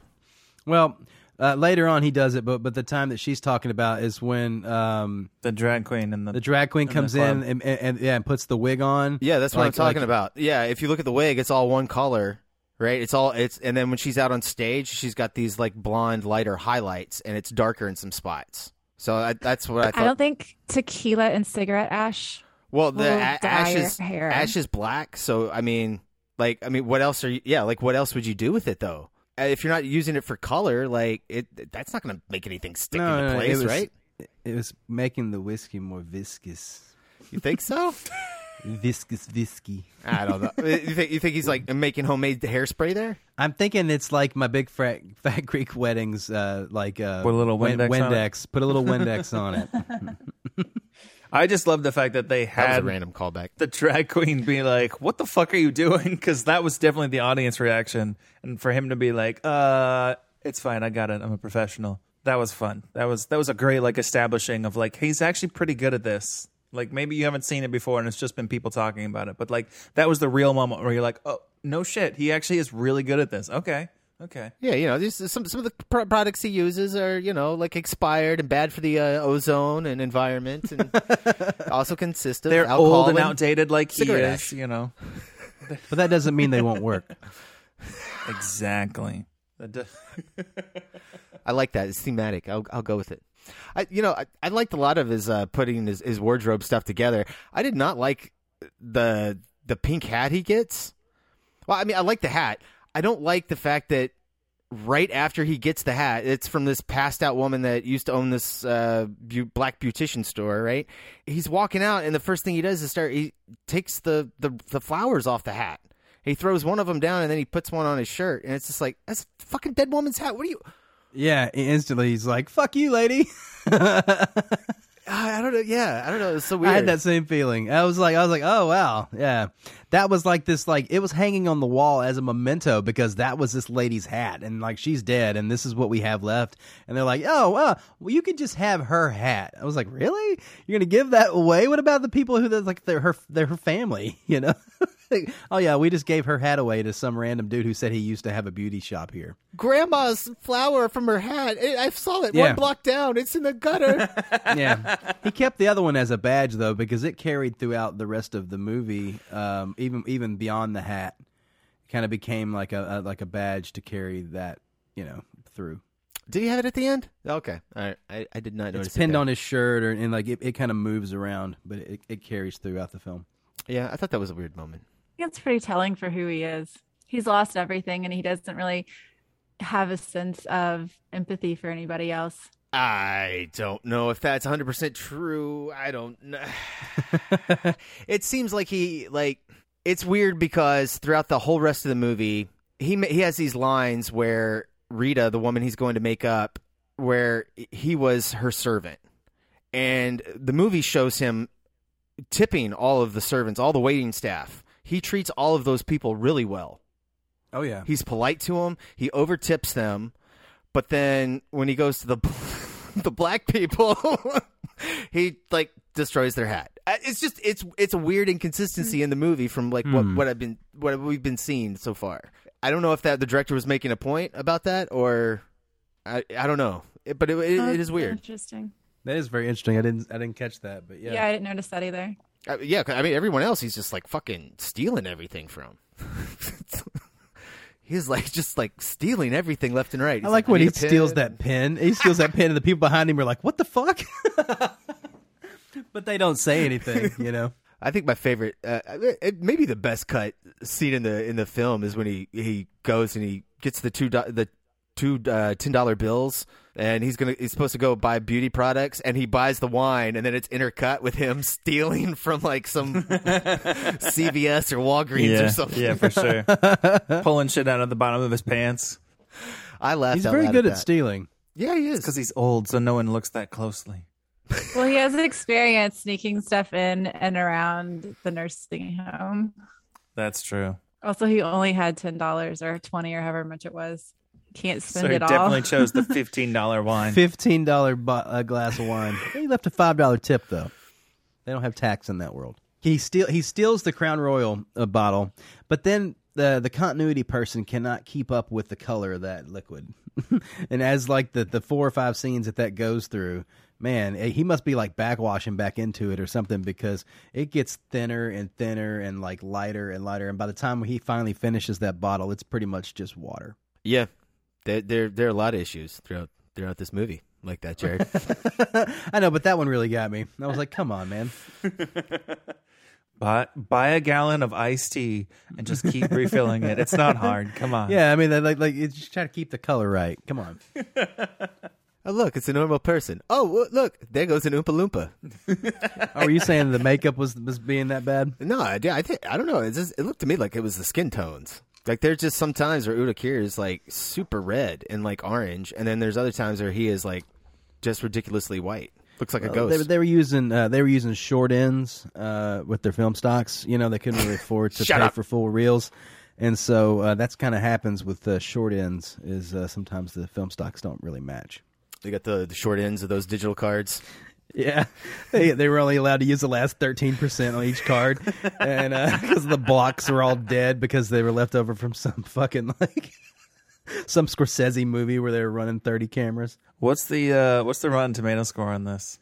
Well, uh, later on he does it, but but the time that she's talking about is when um,
the drag queen and the,
drag queen
and the
comes
club.
in and, and, and yeah and puts the wig on.
Yeah, that's what I'm
Like-
talking
like-
about. Yeah, if you look at the wig, it's all one color, right? It's all it's and then when she's out on stage, she's got these like blonde lighter highlights and it's darker in some spots. So I, that's what I thought.
I don't think tequila and cigarette ash.
well, the
will
a-
dye
ash
your
is
hair.
ash is black, so I mean, like I mean, what else are you Yeah, like what else would you do with it though? Uh, If you're not using it for color, like it that's not going to make anything stick
No,
into
no, it
place,
was,
right?
It was making the whiskey more viscous.
You think so?
viscous whiskey.
I don't know. you think you think he's like making homemade hairspray there?
I'm thinking it's like my big frat, fat Greek weddings, uh, like uh,
Put a little
Win-
Windex on it.
Windex. Put a little Windex on it.
I just love the fact that they had
was a random callback.
The drag queen be like, "What the fuck are you doing?" Because that was definitely the audience reaction, and for him to be like, "Uh, it's fine. I got it. I'm a professional." That was fun. That was that was a great like establishing of like he's actually pretty good at this. Like maybe you haven't seen it before, and it's just been people talking about it. But like that was the real moment where you're like, "Oh no, shit. He actually is really good at this." Okay, okay.
Yeah, you know, these some some of the pr- products he uses are you know like expired and bad for the uh, ozone and environment, and also consist of
They're
alcohol
old and outdated like he
cigarette
is, you know.
but that doesn't mean they won't work.
Exactly.
I like that. It's thematic. I'll, I'll go with it. I, you know, I, I liked a lot of his uh, putting his, his wardrobe stuff together. I did not like the the pink hat he gets. Well, I mean, I like the hat. I don't like the fact that right after he gets the hat, it's from this passed out woman that used to own this uh, bu- black beautician store. Right? He's walking out, and the first thing he does is start. He takes the the, the flowers off the hat. He throws one of them down, and then he puts one on his shirt, and it's just like that's a fucking dead woman's hat. What are you?
Yeah, i- instantly he's like, "Fuck you, lady."
I I don't know. Yeah, I don't know. It's so weird.
I had that same feeling. I was like, I was like, oh wow, yeah. That was like this, like it was hanging on the wall as a memento because that was this lady's hat, and like she's dead, and this is what we have left. And they're like, oh wow, well you could just have her hat. I was like, really? You're gonna give that away? What about the people who that's like they're her, they're her family, you know? Like, oh yeah, we just gave her hat away to some random dude who said he used to have a beauty shop here.
Grandma's flower from her hat. I I saw it
Yeah.
one block down. It's in the gutter.
yeah. He kept the other one as a badge though because it carried throughout the rest of the movie, um, even even beyond the hat. Kind of became like a, a like a badge to carry that, you know, through.
Did he have it at the end? Okay, all right. I, I did not notice.
it's
it
pinned
there.
on his shirt or and like it, it kind of moves around, but it, it carries throughout the film.
Yeah, I thought that was a weird moment.
It's pretty telling for who he is. He's lost everything and he doesn't really have a sense of empathy for anybody else.
I don't know if that's 100% true. I don't know. it seems like he like it's weird because throughout the whole rest of the movie, he ma- he has these lines where Rita, the woman he's going to make up, where he was her servant. And the movie shows him tipping all of the servants, all the waiting staff. He treats all of those people really well.
Oh yeah.
He's polite to them. He overtips them, but then when he goes to the the black people, he like destroys their hat. I- It's just it's it's a weird inconsistency in the movie from like what
Hmm.
what I've been what we've been seeing so far. I don't know if that the director was making a point about that or I I don't know, It- but it, it, it is weird.
Interesting.
That is very interesting. I didn't I didn't catch that, but
Yeah. I didn't notice that either.
Uh, yeah, 'cause, I mean everyone else he's just like fucking stealing everything from. he's like just like stealing everything left and right. He's
I like when
need
he
a pen."
steals that pen. He steals that pen, and the people behind him are like, "What the fuck?" but they don't say anything, you know.
I think my favorite, uh, it, it- maybe the best cut scene in the in the film is when he he goes and he gets the two do- the two uh, ten dollar bills, and he's gonna he's supposed to go buy beauty products, and he buys the wine, and then it's intercut with him stealing from like some CVS or Walgreens
yeah,
or something.
Yeah, for sure. Pulling shit out of the bottom of his pants.
I laughed.
He's
out
very
loud
good at
that.
stealing.
Yeah, he is.
Because he's old, so no one looks that closely.
Well, he has experience sneaking stuff in and around the nursing home.
That's true.
Also, he only had ten dollars or twenty or however much it was. Can't spend
So he
it
definitely
all.
chose the fifteen dollar wine.
Fifteen dollar bo- a glass of wine. he left a five dollar tip though. They don't have tax in that world. He steal he steals the Crown Royal uh, bottle, but then the the continuity person cannot keep up with the color of that liquid. and as like the the four or five scenes that that goes through, man, eh, he must be like backwashing back into it or something because it gets thinner and thinner and like lighter and lighter. And by the time he finally finishes that bottle, it's pretty much just water.
Yeah, there there there are a lot of issues throughout throughout this movie like that, Jared.
I know, but that one really got me. I was like, come on, man.
Buy, buy a gallon of iced tea and just keep refilling it. It's not hard. Come on.
Yeah, I mean, like, like it's just try to keep the color right. Come on.
oh look, it's a normal person. Oh w- look, there goes an Oompa Loompa.
Are you saying the makeup was was being that bad?
No, I, I think I don't know. It just it looked to me like it was the skin tones. Like there's just some times where Uda Kier is like super red and like orange, and then there's other times where he is like just ridiculously white. Looks like a
Well, Oh, they,
ghost.
they were using uh, they were using short ends uh, with their film stocks. You know, they couldn't really afford to
Shut
pay
up.
for full reels, and so uh, that's kind of happens with uh, short ends. Is uh, sometimes the film stocks don't really match.
They got the, the short ends of those digital cards.
Yeah, they they were only allowed to use the last thirteen percent on each card, and because the blocks are all dead because they were left over from some fucking like some Scorsese movie where they were running thirty cameras.
What's the uh, what's the Rotten Tomato score on this?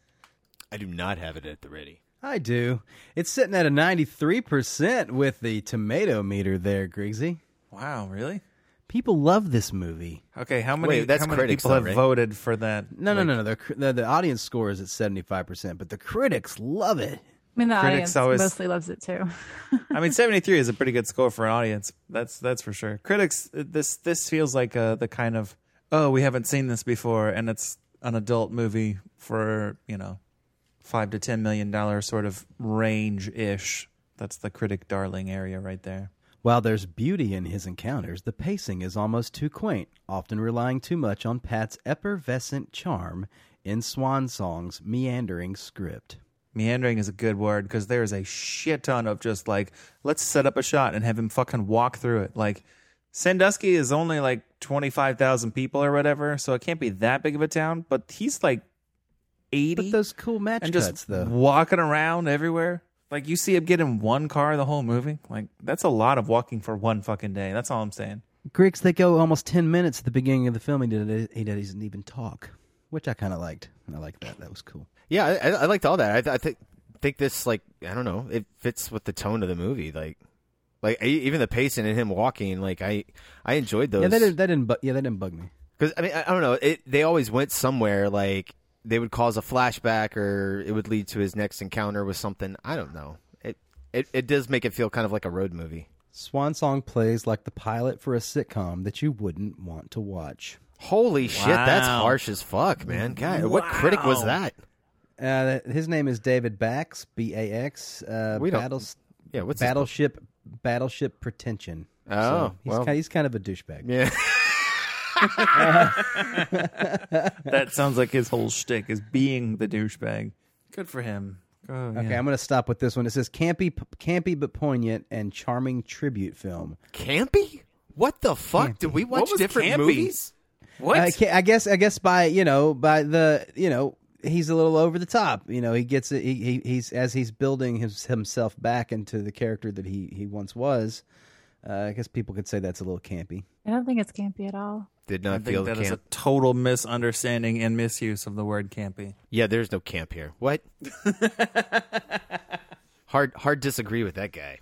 I do not have it at the ready.
I do. It's sitting at a ninety three percent with the tomato meter there, Griggsy.
Wow, really?
People love this movie.
Okay, how many, how many people have voted for that?
No, no, no, no. The, cr- the, the audience score is at 75%, but the critics love it.
I mean, the
Critics
audience
always-
mostly loves it too.
I mean, seventy three is a pretty good score for an audience. That's that's for sure. Critics, this this feels like uh, the kind of oh we haven't seen this before, and it's an adult movie for you know five to ten million dollar sort of range ish. That's the critic darling area right there.
While there's beauty in his encounters, the pacing is almost too quaint, often relying too much on Pat's effervescent charm in Swan Song's meandering script.
Meandering is a good word because there is a shit ton of just like let's set up a shot and have him fucking walk through it. Like Sandusky is only like twenty five thousand people or whatever, so it can't be that big of a town. But he's like eighty. But
those cool match
and just
cuts, though.
walking around everywhere. Like you see him get in one car the whole movie. Like that's a lot of walking for one fucking day. That's all I'm saying.
Griggs, they go almost 10 minutes at the beginning of the film. He, did, he doesn't even talk, which I kind of liked. I liked that. That was cool.
Yeah, I, I- I liked all that. I, th- I think think this like I don't know, it fits with the tone of the movie. Like, like I, even the pacing and him walking. Like I I enjoyed those.
Yeah, that didn't, that didn't, bu- yeah, that didn't bug me.
Because I mean, I, I don't know. It, they always went somewhere. Like they would cause a flashback, or it would lead to his next encounter with something. I don't know. It it, it does make it feel kind of like a road movie.
Swan Song plays like the pilot for a sitcom that you wouldn't want to watch.
Holy Shit, that's harsh as fuck, man. God, what critic was that?
Uh, his name is David Bax, B A X. Uh,
We don't-
battles,
yeah, what's his-
battleship? Battleship pretension.
Oh,
he's,
well.
ki- he's kind of a douchebag.
Yeah.
That sounds like his whole shtick is being the douchebag. Good for him. Oh,
Okay,
yeah.
I'm going to stop with this one. It says campy, p- campy but poignant and charming tribute film.
Campy? What the fuck? Did we
What
watch
was
different
campy?
movies? What?
I, ca- I guess I guess by you know by the you know he's a little over the top. You know he gets it. He, he he's as he's building his, himself back into the character that he he once was. Uh, I guess people could say that's a little campy.
I don't think it's campy at all.
Did
I
not
think
feel
that is
camp.
a total misunderstanding and misuse of the word campy.
Yeah, there's no camp here. What? hard hard disagree with that guy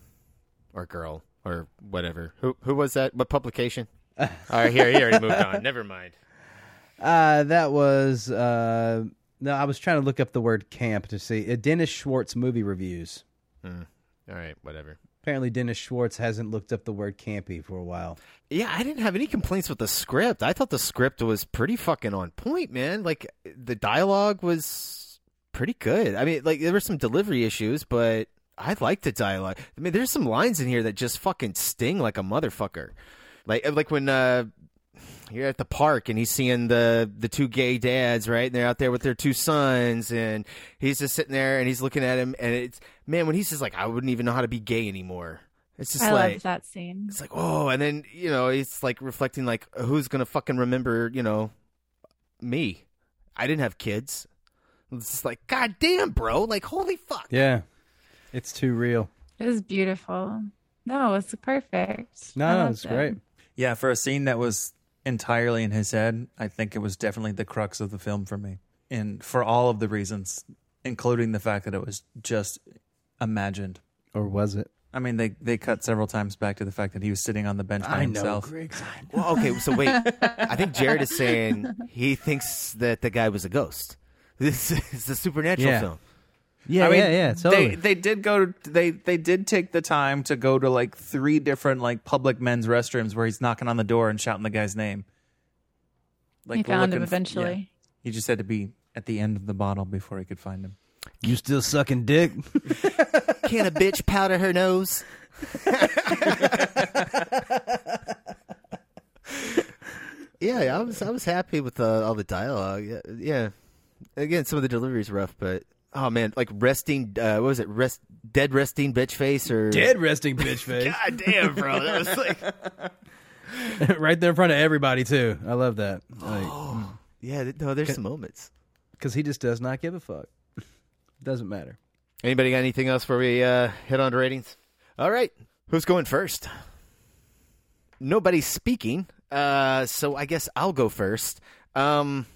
or girl or whatever. Who who was that? What publication? All right, here he already moved on. Never mind.
Uh, that was uh, no. I was trying to look up the word camp to see uh, Dennis Schwartz movie reviews.
All right, whatever.
Apparently, Dennis Schwartz hasn't looked up the word campy for a while.
Yeah, I didn't have any complaints with the script. I thought the script was pretty fucking on point, man. Like the dialogue was pretty good. I mean, like there were some delivery issues, but I liked the dialogue. I mean, there's some lines in here that just fucking sting like a motherfucker. Like like when uh you're at the park and he's seeing the the two gay dads, right? And they're out there with their two sons, and he's just sitting there and he's looking at him, and it's man, when he's just like, I wouldn't even know how to be gay anymore. It's just
I
like
loved that scene. It's
like, oh, and then you know, it's like reflecting, like, who's gonna fucking remember, you know, me? I didn't have kids. It's just like, god damn, bro, like, holy fuck.
Yeah, it's too real.
It was beautiful. No, it's perfect. I loved it.
Yeah, for a scene that was entirely in his head, I think it was definitely the crux of the film for me. And for all of the reasons, including the fact that it was just imagined.
Or was it?
I mean, they, they cut several times back to the fact that he was sitting on the bench by
I know,
himself.
Griggs, I
Well, okay, so wait, I think Jared is saying he thinks that the guy was a ghost. This is a supernatural
Yeah.
film.
Yeah,
I mean,
yeah, yeah, totally.
They they did go. They they did take the time to go to like three different like public men's restrooms where he's knocking on the door and shouting the guy's name.
He found him
looking f-
eventually.
yeah. He just had to be at the end of the bottle before he could find him.
You still sucking dick?
Can a bitch powder her nose? yeah, I was I was happy with uh, all the dialogue. Yeah, yeah. Again, some of the delivery's rough, but oh man, like resting. Uh, what was it? Rest dead resting bitch face or
Dead resting bitch face.
God damn, bro, that was like.
right there in front of everybody too. I love that. oh,
yeah, th- no, there's some moments
because he just does not give a fuck. Doesn't matter.
Anybody got anything else where we uh, hit on to ratings? All right, who's going first? Nobody's speaking, uh, so I guess I'll go first. Um,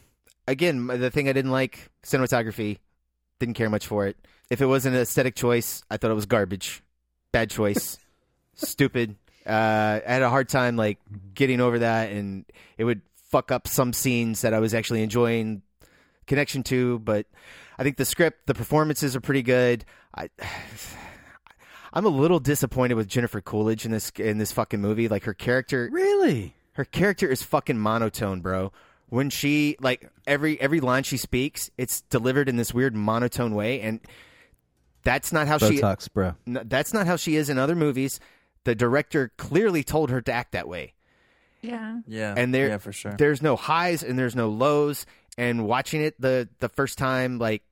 again, the thing I didn't like cinematography. Didn't care much for it. If it wasn't an aesthetic choice, I thought it was garbage. Bad choice. Stupid. Uh, I had a hard time like getting over that, and it would fuck up some scenes that I was actually enjoying connection to. But I think the script, the performances are pretty good. I. I'm a little disappointed with Jennifer Coolidge in this in this fucking movie. Like her character,
really,
her character is fucking monotone, bro. When she like every every line she speaks, it's delivered in this weird monotone way, and that's not how
Botox,
she
bro.
No, that's not how she is in other movies. The director clearly told her to act that way.
Yeah.
Yeah.
And there
yeah, for sure.
there's no highs and there's no lows. And watching it the the first time, like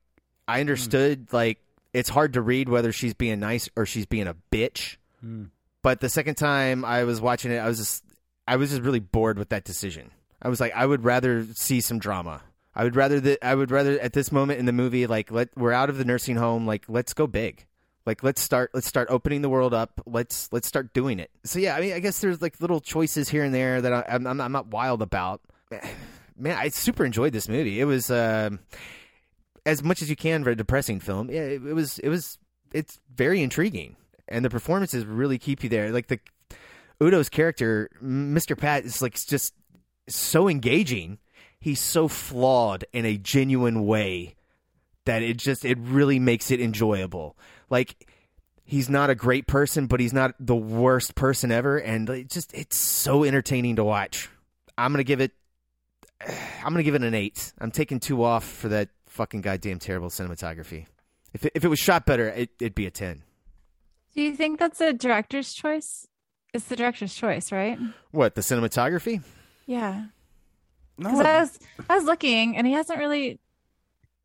I understood, like it's hard to read whether she's being nice or she's being a bitch.
Mm.
But the second time I was watching it, I was just I was just really bored with that decision. I was like, I would rather see some drama. I would rather that I would rather at this moment in the movie, like let we're out of the nursing home, like let's go big. Like let's start let's start opening the world up. Let's let's start doing it. So yeah, I mean, I guess there's like little choices here and there that I, I'm I'm I'm not wild about. Man, I super enjoyed this movie. It was um as much as you can for a depressing film. Yeah, it, it was it was it's very intriguing, and the performances really keep you there. Like the Udo's character, M- Mr. Pat, is like just so engaging. He's so flawed in a genuine way that it just it really makes it enjoyable. Like he's not a great person, but he's not the worst person ever, and it just it's so entertaining to watch. I'm gonna give it I'm gonna give it an eight. I'm taking two off for that fucking goddamn terrible cinematography. If it, if it was shot better, it, it'd be a ten.
Do you think that's a director's choice? It's the director's choice, right?
What the cinematography?
Yeah. Because Oh. I was I was looking and he hasn't really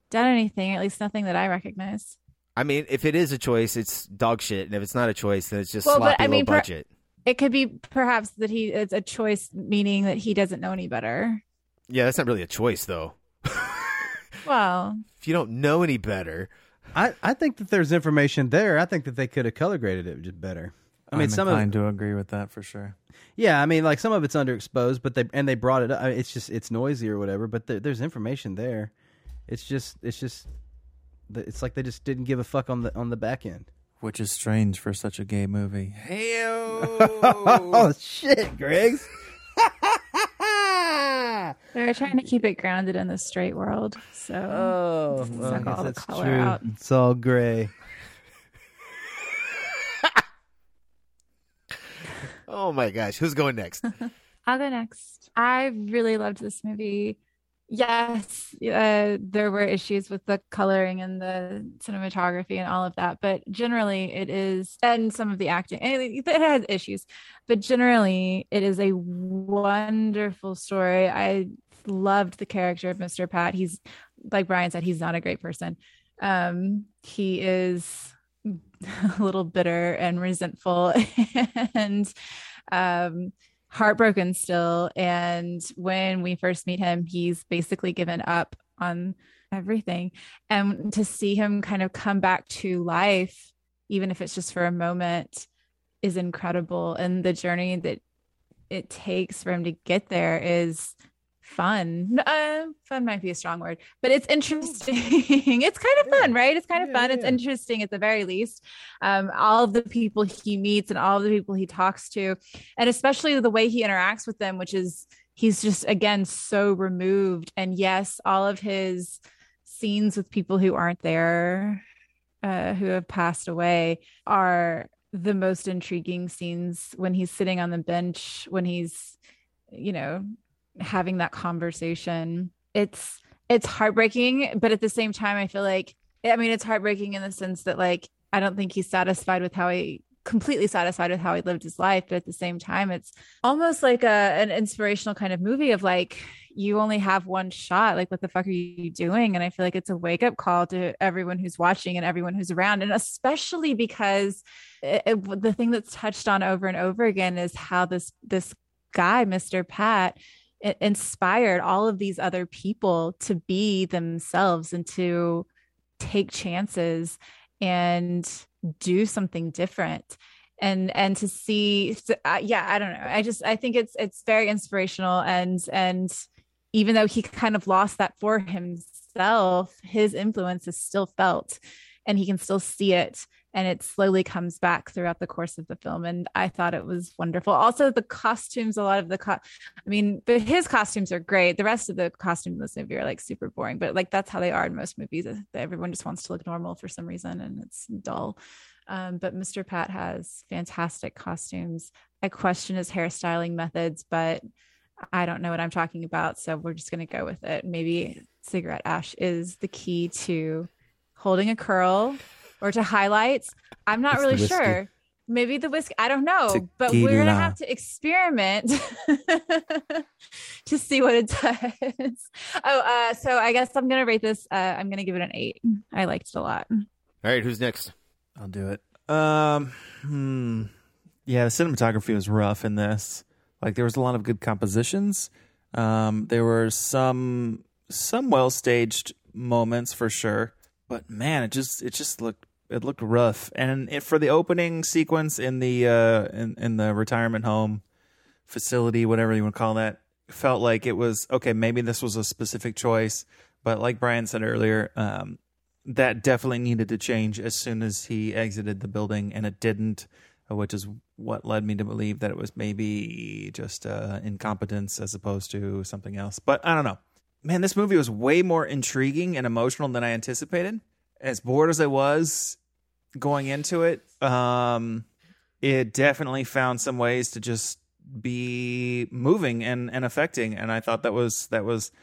done anything, at least nothing that I recognize.
I mean, if it is a choice, it's dog shit, and if it's not a choice, then it's just
Well, but
sloppy
I mean,
low
per-
budget.
It could be perhaps that he it's a choice, meaning that he doesn't know any better.
Yeah, that's not really a choice though.
Well,
If you don't know any better,
I, I think that there's information there. I think that they could have color graded it just better. I mean,
I'm
some
inclined
of
to agree with that for sure.
yeah, I mean, like some of it's underexposed, but they and they brought it up. I mean, it's just it's noisy or whatever, but there, there's information there. It's just it's just it's like they just didn't give a fuck on the on the back end.
Which is strange for such a gay movie.
oh shit, Griggs.
they're trying to keep it grounded in the straight world. So
Oh,
suck
well, I guess
all the
that's
color
true.
out.
It's all gray.
oh my gosh, who's going next?
I'll go next. I really loved this movie. Yes, uh, there were issues with the coloring and the cinematography and all of that, but generally it is, and some of the acting, and it it has issues, but generally it is a wonderful story. I loved the character of Mr. Pat. He's, like Brian said, he's not a great person. Um, he is a little bitter and resentful and um heartbroken still and when we first meet him he's basically given up on everything and to see him kind of come back to life even if it's just for a moment is incredible and the journey that it takes for him to get there is fun uh, fun might be a strong word but it's interesting it's kind of fun right it's kind of fun it's interesting at the very least um, all of the people he meets and all of the people he talks to and especially the way he interacts with them which is he's just again so removed and yes all of his scenes with people who aren't there uh, who have passed away are the most intriguing scenes when he's sitting on the bench when he's you know having that conversation it's it's heartbreaking but at the same time i feel like i mean it's heartbreaking in the sense that like i don't think he's satisfied with how he completely satisfied with how he lived his life but at the same time it's almost like a an inspirational kind of movie of like you only have one shot like what the fuck are you doing and i feel like it's a wake up call to everyone who's watching and everyone who's around and especially because it, it- the thing that's touched on over and over again is how this this guy mr pat i- inspired all of these other people to be themselves and to take chances and do something different and and to see so, uh, yeah i don't know i just i think it's it's very inspirational and and even though he kind of lost that for himself his influence is still felt and he can still see it and it slowly comes back throughout the course of the film. And I thought it was wonderful. Also, the costumes, a lot of the, co- I mean, but his costumes are great. The rest of the costumes in this movie are like super boring, but like that's how they are in most movies. is that Everyone just wants to look normal for some reason and it's dull. Um, but Mr. Pat has fantastic costumes. I question his hairstyling methods, but I don't know what I'm talking about. So we're just going to go with it. Maybe cigarette ash is the key to holding a curl or to highlights. I'm not
It's the
really
whiskey.
sure. Maybe the whisk, I don't know, but
Tequila.
we're going to have to experiment to see what it does. Oh, uh, so I guess I'm going to rate this. Uh, I'm going to give it an eight. I liked it a lot.
All right, who's next?
I'll do it. Um, hmm. yeah, the cinematography was rough in this. Like there was a lot of good compositions. Um, there were some some well staged moments for sure, but man, it just it just looked it looked rough. And it, for the opening sequence in the uh, in in the retirement home facility, whatever you want to call that, felt like it was okay. Maybe this was a specific choice, but like Brian said earlier, um, that definitely needed to change as soon as he exited the building, and it didn't, which is what led me to believe that it was maybe just uh, incompetence as opposed to something else. But I don't know. Man, this movie was way more intriguing and emotional than I anticipated. As bored as I was going into it, um, it definitely found some ways to just be moving and, and affecting. And I thought that was that was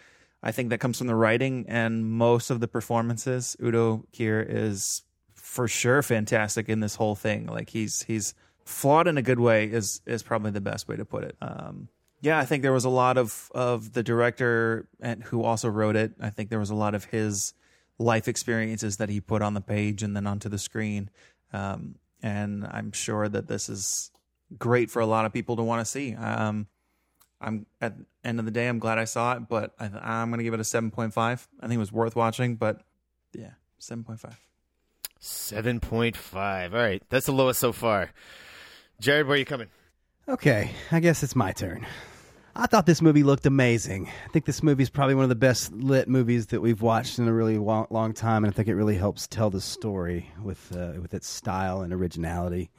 I think that comes from the writing and most of the performances. Udo Kier is for sure fantastic in this whole thing. Like he's he's flawed in a good way is is probably the best way to put it. Um, yeah, I think there was a lot of of the director and who also wrote it. I think there was a lot of his life experiences that he put on the page and then onto the screen. Um, and I'm sure that this is great for a lot of people to want to see. Um, I'm at the end of the day, I'm glad I saw it, but I, I'm going to give it a 7.5. I think it was worth watching, but yeah, 7.5.
Seven point five. All right, that's the lowest so far. Jared, where are you coming?
Okay, I guess it's my turn. I thought this movie looked amazing. I think this movie is probably one of the best lit movies that we've watched in a really long, long time, and I think it really helps tell the story with uh, with its style and originality.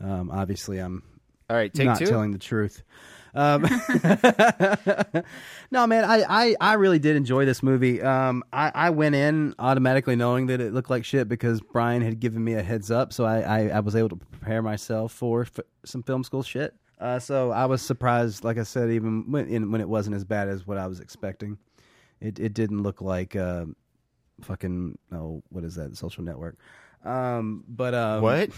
Um, obviously, I'm
all right. take
not
two.
telling the truth. Um, no, man, I, I, I really did enjoy this movie. Um, I, I went in automatically knowing that it looked like shit because Brian had given me a heads up, so I, I, I was able to prepare myself for f- some film school shit. Uh, so I was surprised, like I said, even when, in, when it wasn't as bad as what I was expecting. It, it didn't look like uh, fucking, oh, what is that, social network? Um, but um,
What?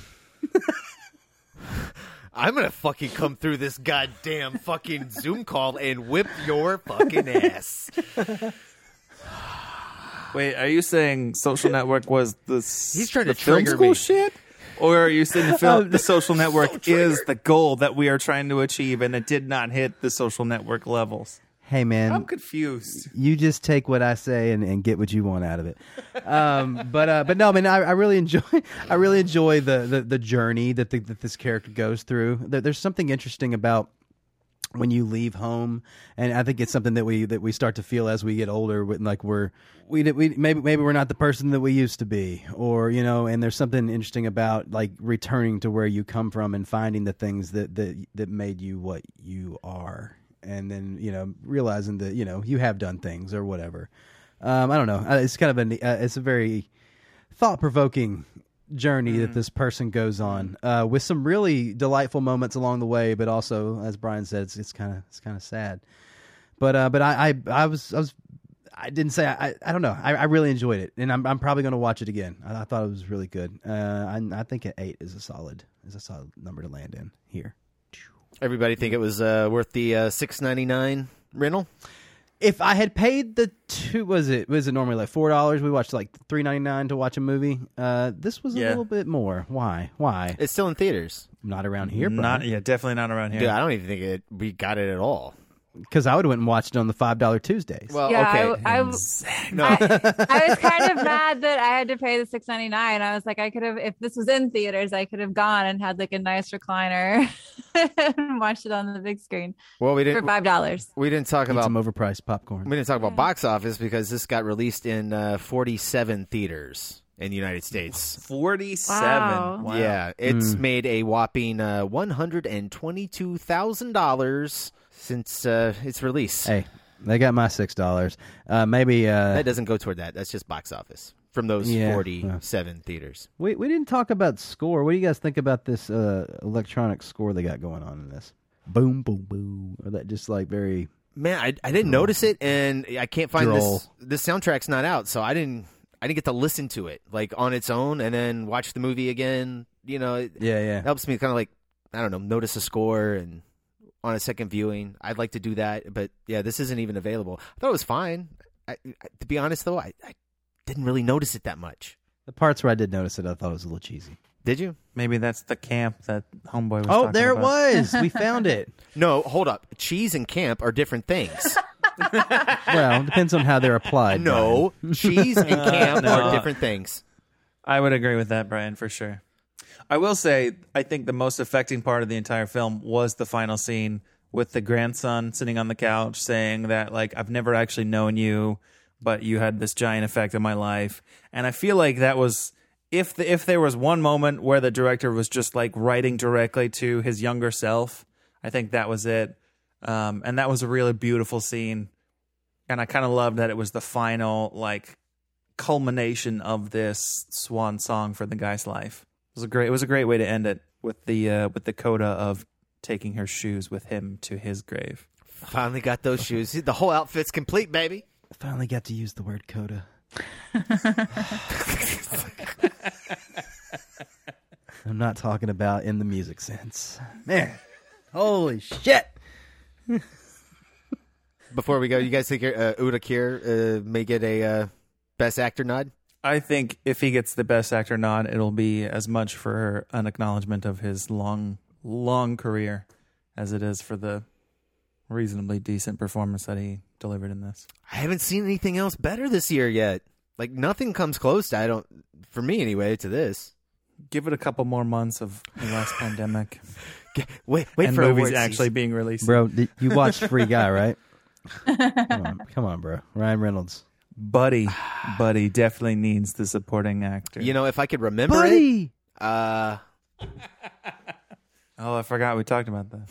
I'm gonna fucking come through this goddamn fucking Zoom call and whip your fucking ass.
Wait, are you saying Social Network was the He's
trying
the
to
film
trigger
school
me.
shit? Or are you saying the, film, the Social Network is the goal that we are trying to achieve and it did not hit the Social Network levels?
hey, man.
I'm confused.
you just take what I say and, and get what you want out of it. Um, but uh, but no, I mean I, I really enjoy I really enjoy the the, the journey that the, that this character goes through. There, there's something interesting about when you leave home, and I think it's something that we that we start to feel as we get older. When like we're we did- we maybe maybe we're not the person that we used to be, or you know, and there's something interesting about like returning to where you come from and finding the things that that that made you what you are and then you know realizing that you know you have done things or whatever. Um, I don't know. Uh, It's kind of a ne- uh, it's a very thought provoking journey that this person goes on uh, with some really delightful moments along the way, but also as Brian said, it's it's kind of it's kind of sad. But uh, but I, I I was I was I didn't say I I, I don't know I, I really enjoyed it and I'm I'm probably going to watch it again. I, I thought it was really good. Uh, I I think an eight is a solid is a solid number to land in here.
Everybody think it was uh, worth the uh, six ninety nine rental?
if I had paid the two was it was it normally like four dollars? We watched like three ninety nine to watch a movie. Uh, this was a
Yeah.
little bit more. Why? Why?
It's still in theaters.
Not around here,
Not, yeah, definitely not around here.
Dude, I don't even think it. We got it at all.
because I would have went and watched it on the five dollar Tuesdays.
Well,
yeah,
Oh, okay.
I, I,
no.
I was kind of mad that I had to pay the six ninety nine. I was like, I could have, if this was in theaters, I could have gone and had like a nice recliner and watched it on the big screen.
well, we didn't
for five dollars.
We didn't talk about
some overpriced popcorn.
We didn't talk about box office because this got released in uh, forty seven theaters. in the United States.
47.
Wow.
Wow.
Yeah, it's
Hmm.
Mm.
made a whopping uh, one hundred and twenty-two thousand dollars since uh, its release.
Hey, they got my six dollars. Uh, maybe uh,
that doesn't go toward that. That's just box office from those
Yeah.
forty-seven theaters.
We we didn't talk about score. What do you guys think about this uh, electronic score they got going on in this? Boom, boom, boom. Or that just like very
Man, I, I didn't notice it, and I can't find
Droll.
this. This soundtrack's not out, so I didn't. I didn't get to listen to it like on its own, and then watch the movie again. You know, it
Yeah, yeah.
helps me kind of like I don't know, notice a score and on a second viewing. I'd like to do that, but yeah, this isn't even available. I thought it was fine. I, I, to be honest, though, I, I didn't really notice it that much.
the parts where I did notice it, I thought it was a little cheesy.
Did you?
Maybe that's the camp that homeboy was.
Oh,
talking
there it
about.
was. We found it.
No, hold up. Cheese and camp are different things.
Well, it depends on how they're applied.
No,
Brian.
cheese and camp
No.
are different things.
I would agree with that, Brian, for sure. I will say, I think the most affecting part of the entire film was the final scene with the grandson sitting on the couch saying that, like, I've never actually known you, but you had this giant effect on my life. And I feel like that was. If the, if there was one moment where the director was just like writing directly to his younger self, I think that was it, um, and that was a really beautiful scene and I kind of loved that it was the final like culmination of this swan song for the guy's life. It was a great. It was a great way to end it with the uh, with the coda of taking her shoes with him to his grave.
Finally got those shoes. The whole outfit's complete, baby.
Finally got to use the word coda. I'm not talking about in the music sense. Man, holy shit.
Before we go, you guys think uh, Uda Kier uh, may get a uh, best actor nod?
I think if he gets the best actor nod, it'll be as much for an acknowledgement of his long long career as it is for the reasonably decent performance that he delivered in this.
I haven't seen anything else better this year yet. Like nothing comes close. To, I don't, for me anyway, to this.
Give it a couple more months of the last pandemic.
Wait, wait
and
for
movies
awards
actually
season.
being released.
Bro, did- you watched Free Guy, right? come, on, come on, bro. Ryan Reynolds.
Buddy, Buddy definitely needs the supporting actor.
You know, if I could remember
Buddy!
it, uh,
Oh, I forgot we talked about that.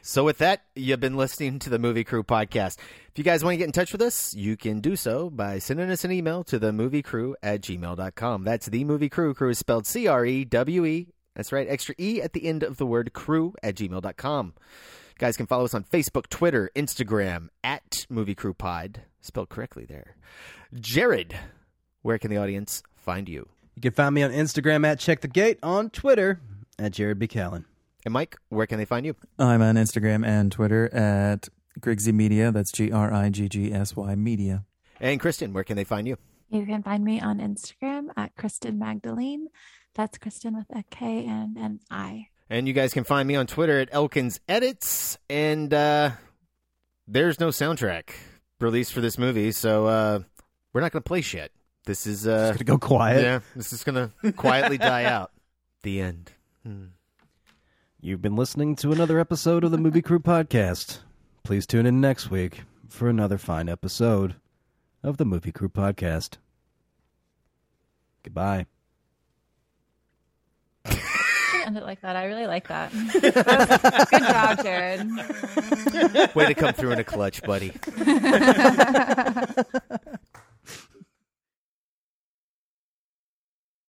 So, with that, you've been listening to the Movie Crew podcast. If you guys want to get in touch with us, you can do so by sending us an email to the movie crew at gmail.com. That's the movie crew. Crew is spelled C R E W E. That's right, extra E at the end of the word crew at gmail.com. Guys can follow us on Facebook, Twitter, Instagram at Movie Crew Pod, spelled correctly there. Jared, where can the audience find you?
You can find me on Instagram at Check the Gate, on Twitter at Jared B. Callen.
And Mike, where can they find you?
I'm on Instagram and Twitter at Grigsy Media. That's G R I G G S Y Media.
And Kristen, where can they find you?
You can find me on Instagram at Kristen Magdalene. That's Kristen with a K and an I.
And you guys can find me on Twitter at Elkins Edits. And uh, there's no soundtrack released for this movie, so uh, we're not going to play shit. This is uh,
gonna go quiet.
Yeah, this is going to quietly die out. The end.
You've been listening to another episode of the Movie Crew Podcast. Please tune in next week for another fine episode of the Movie Crew Podcast. Goodbye.
should end it like that. I really like that. Good job, Jared.
Way to come through in a clutch, buddy.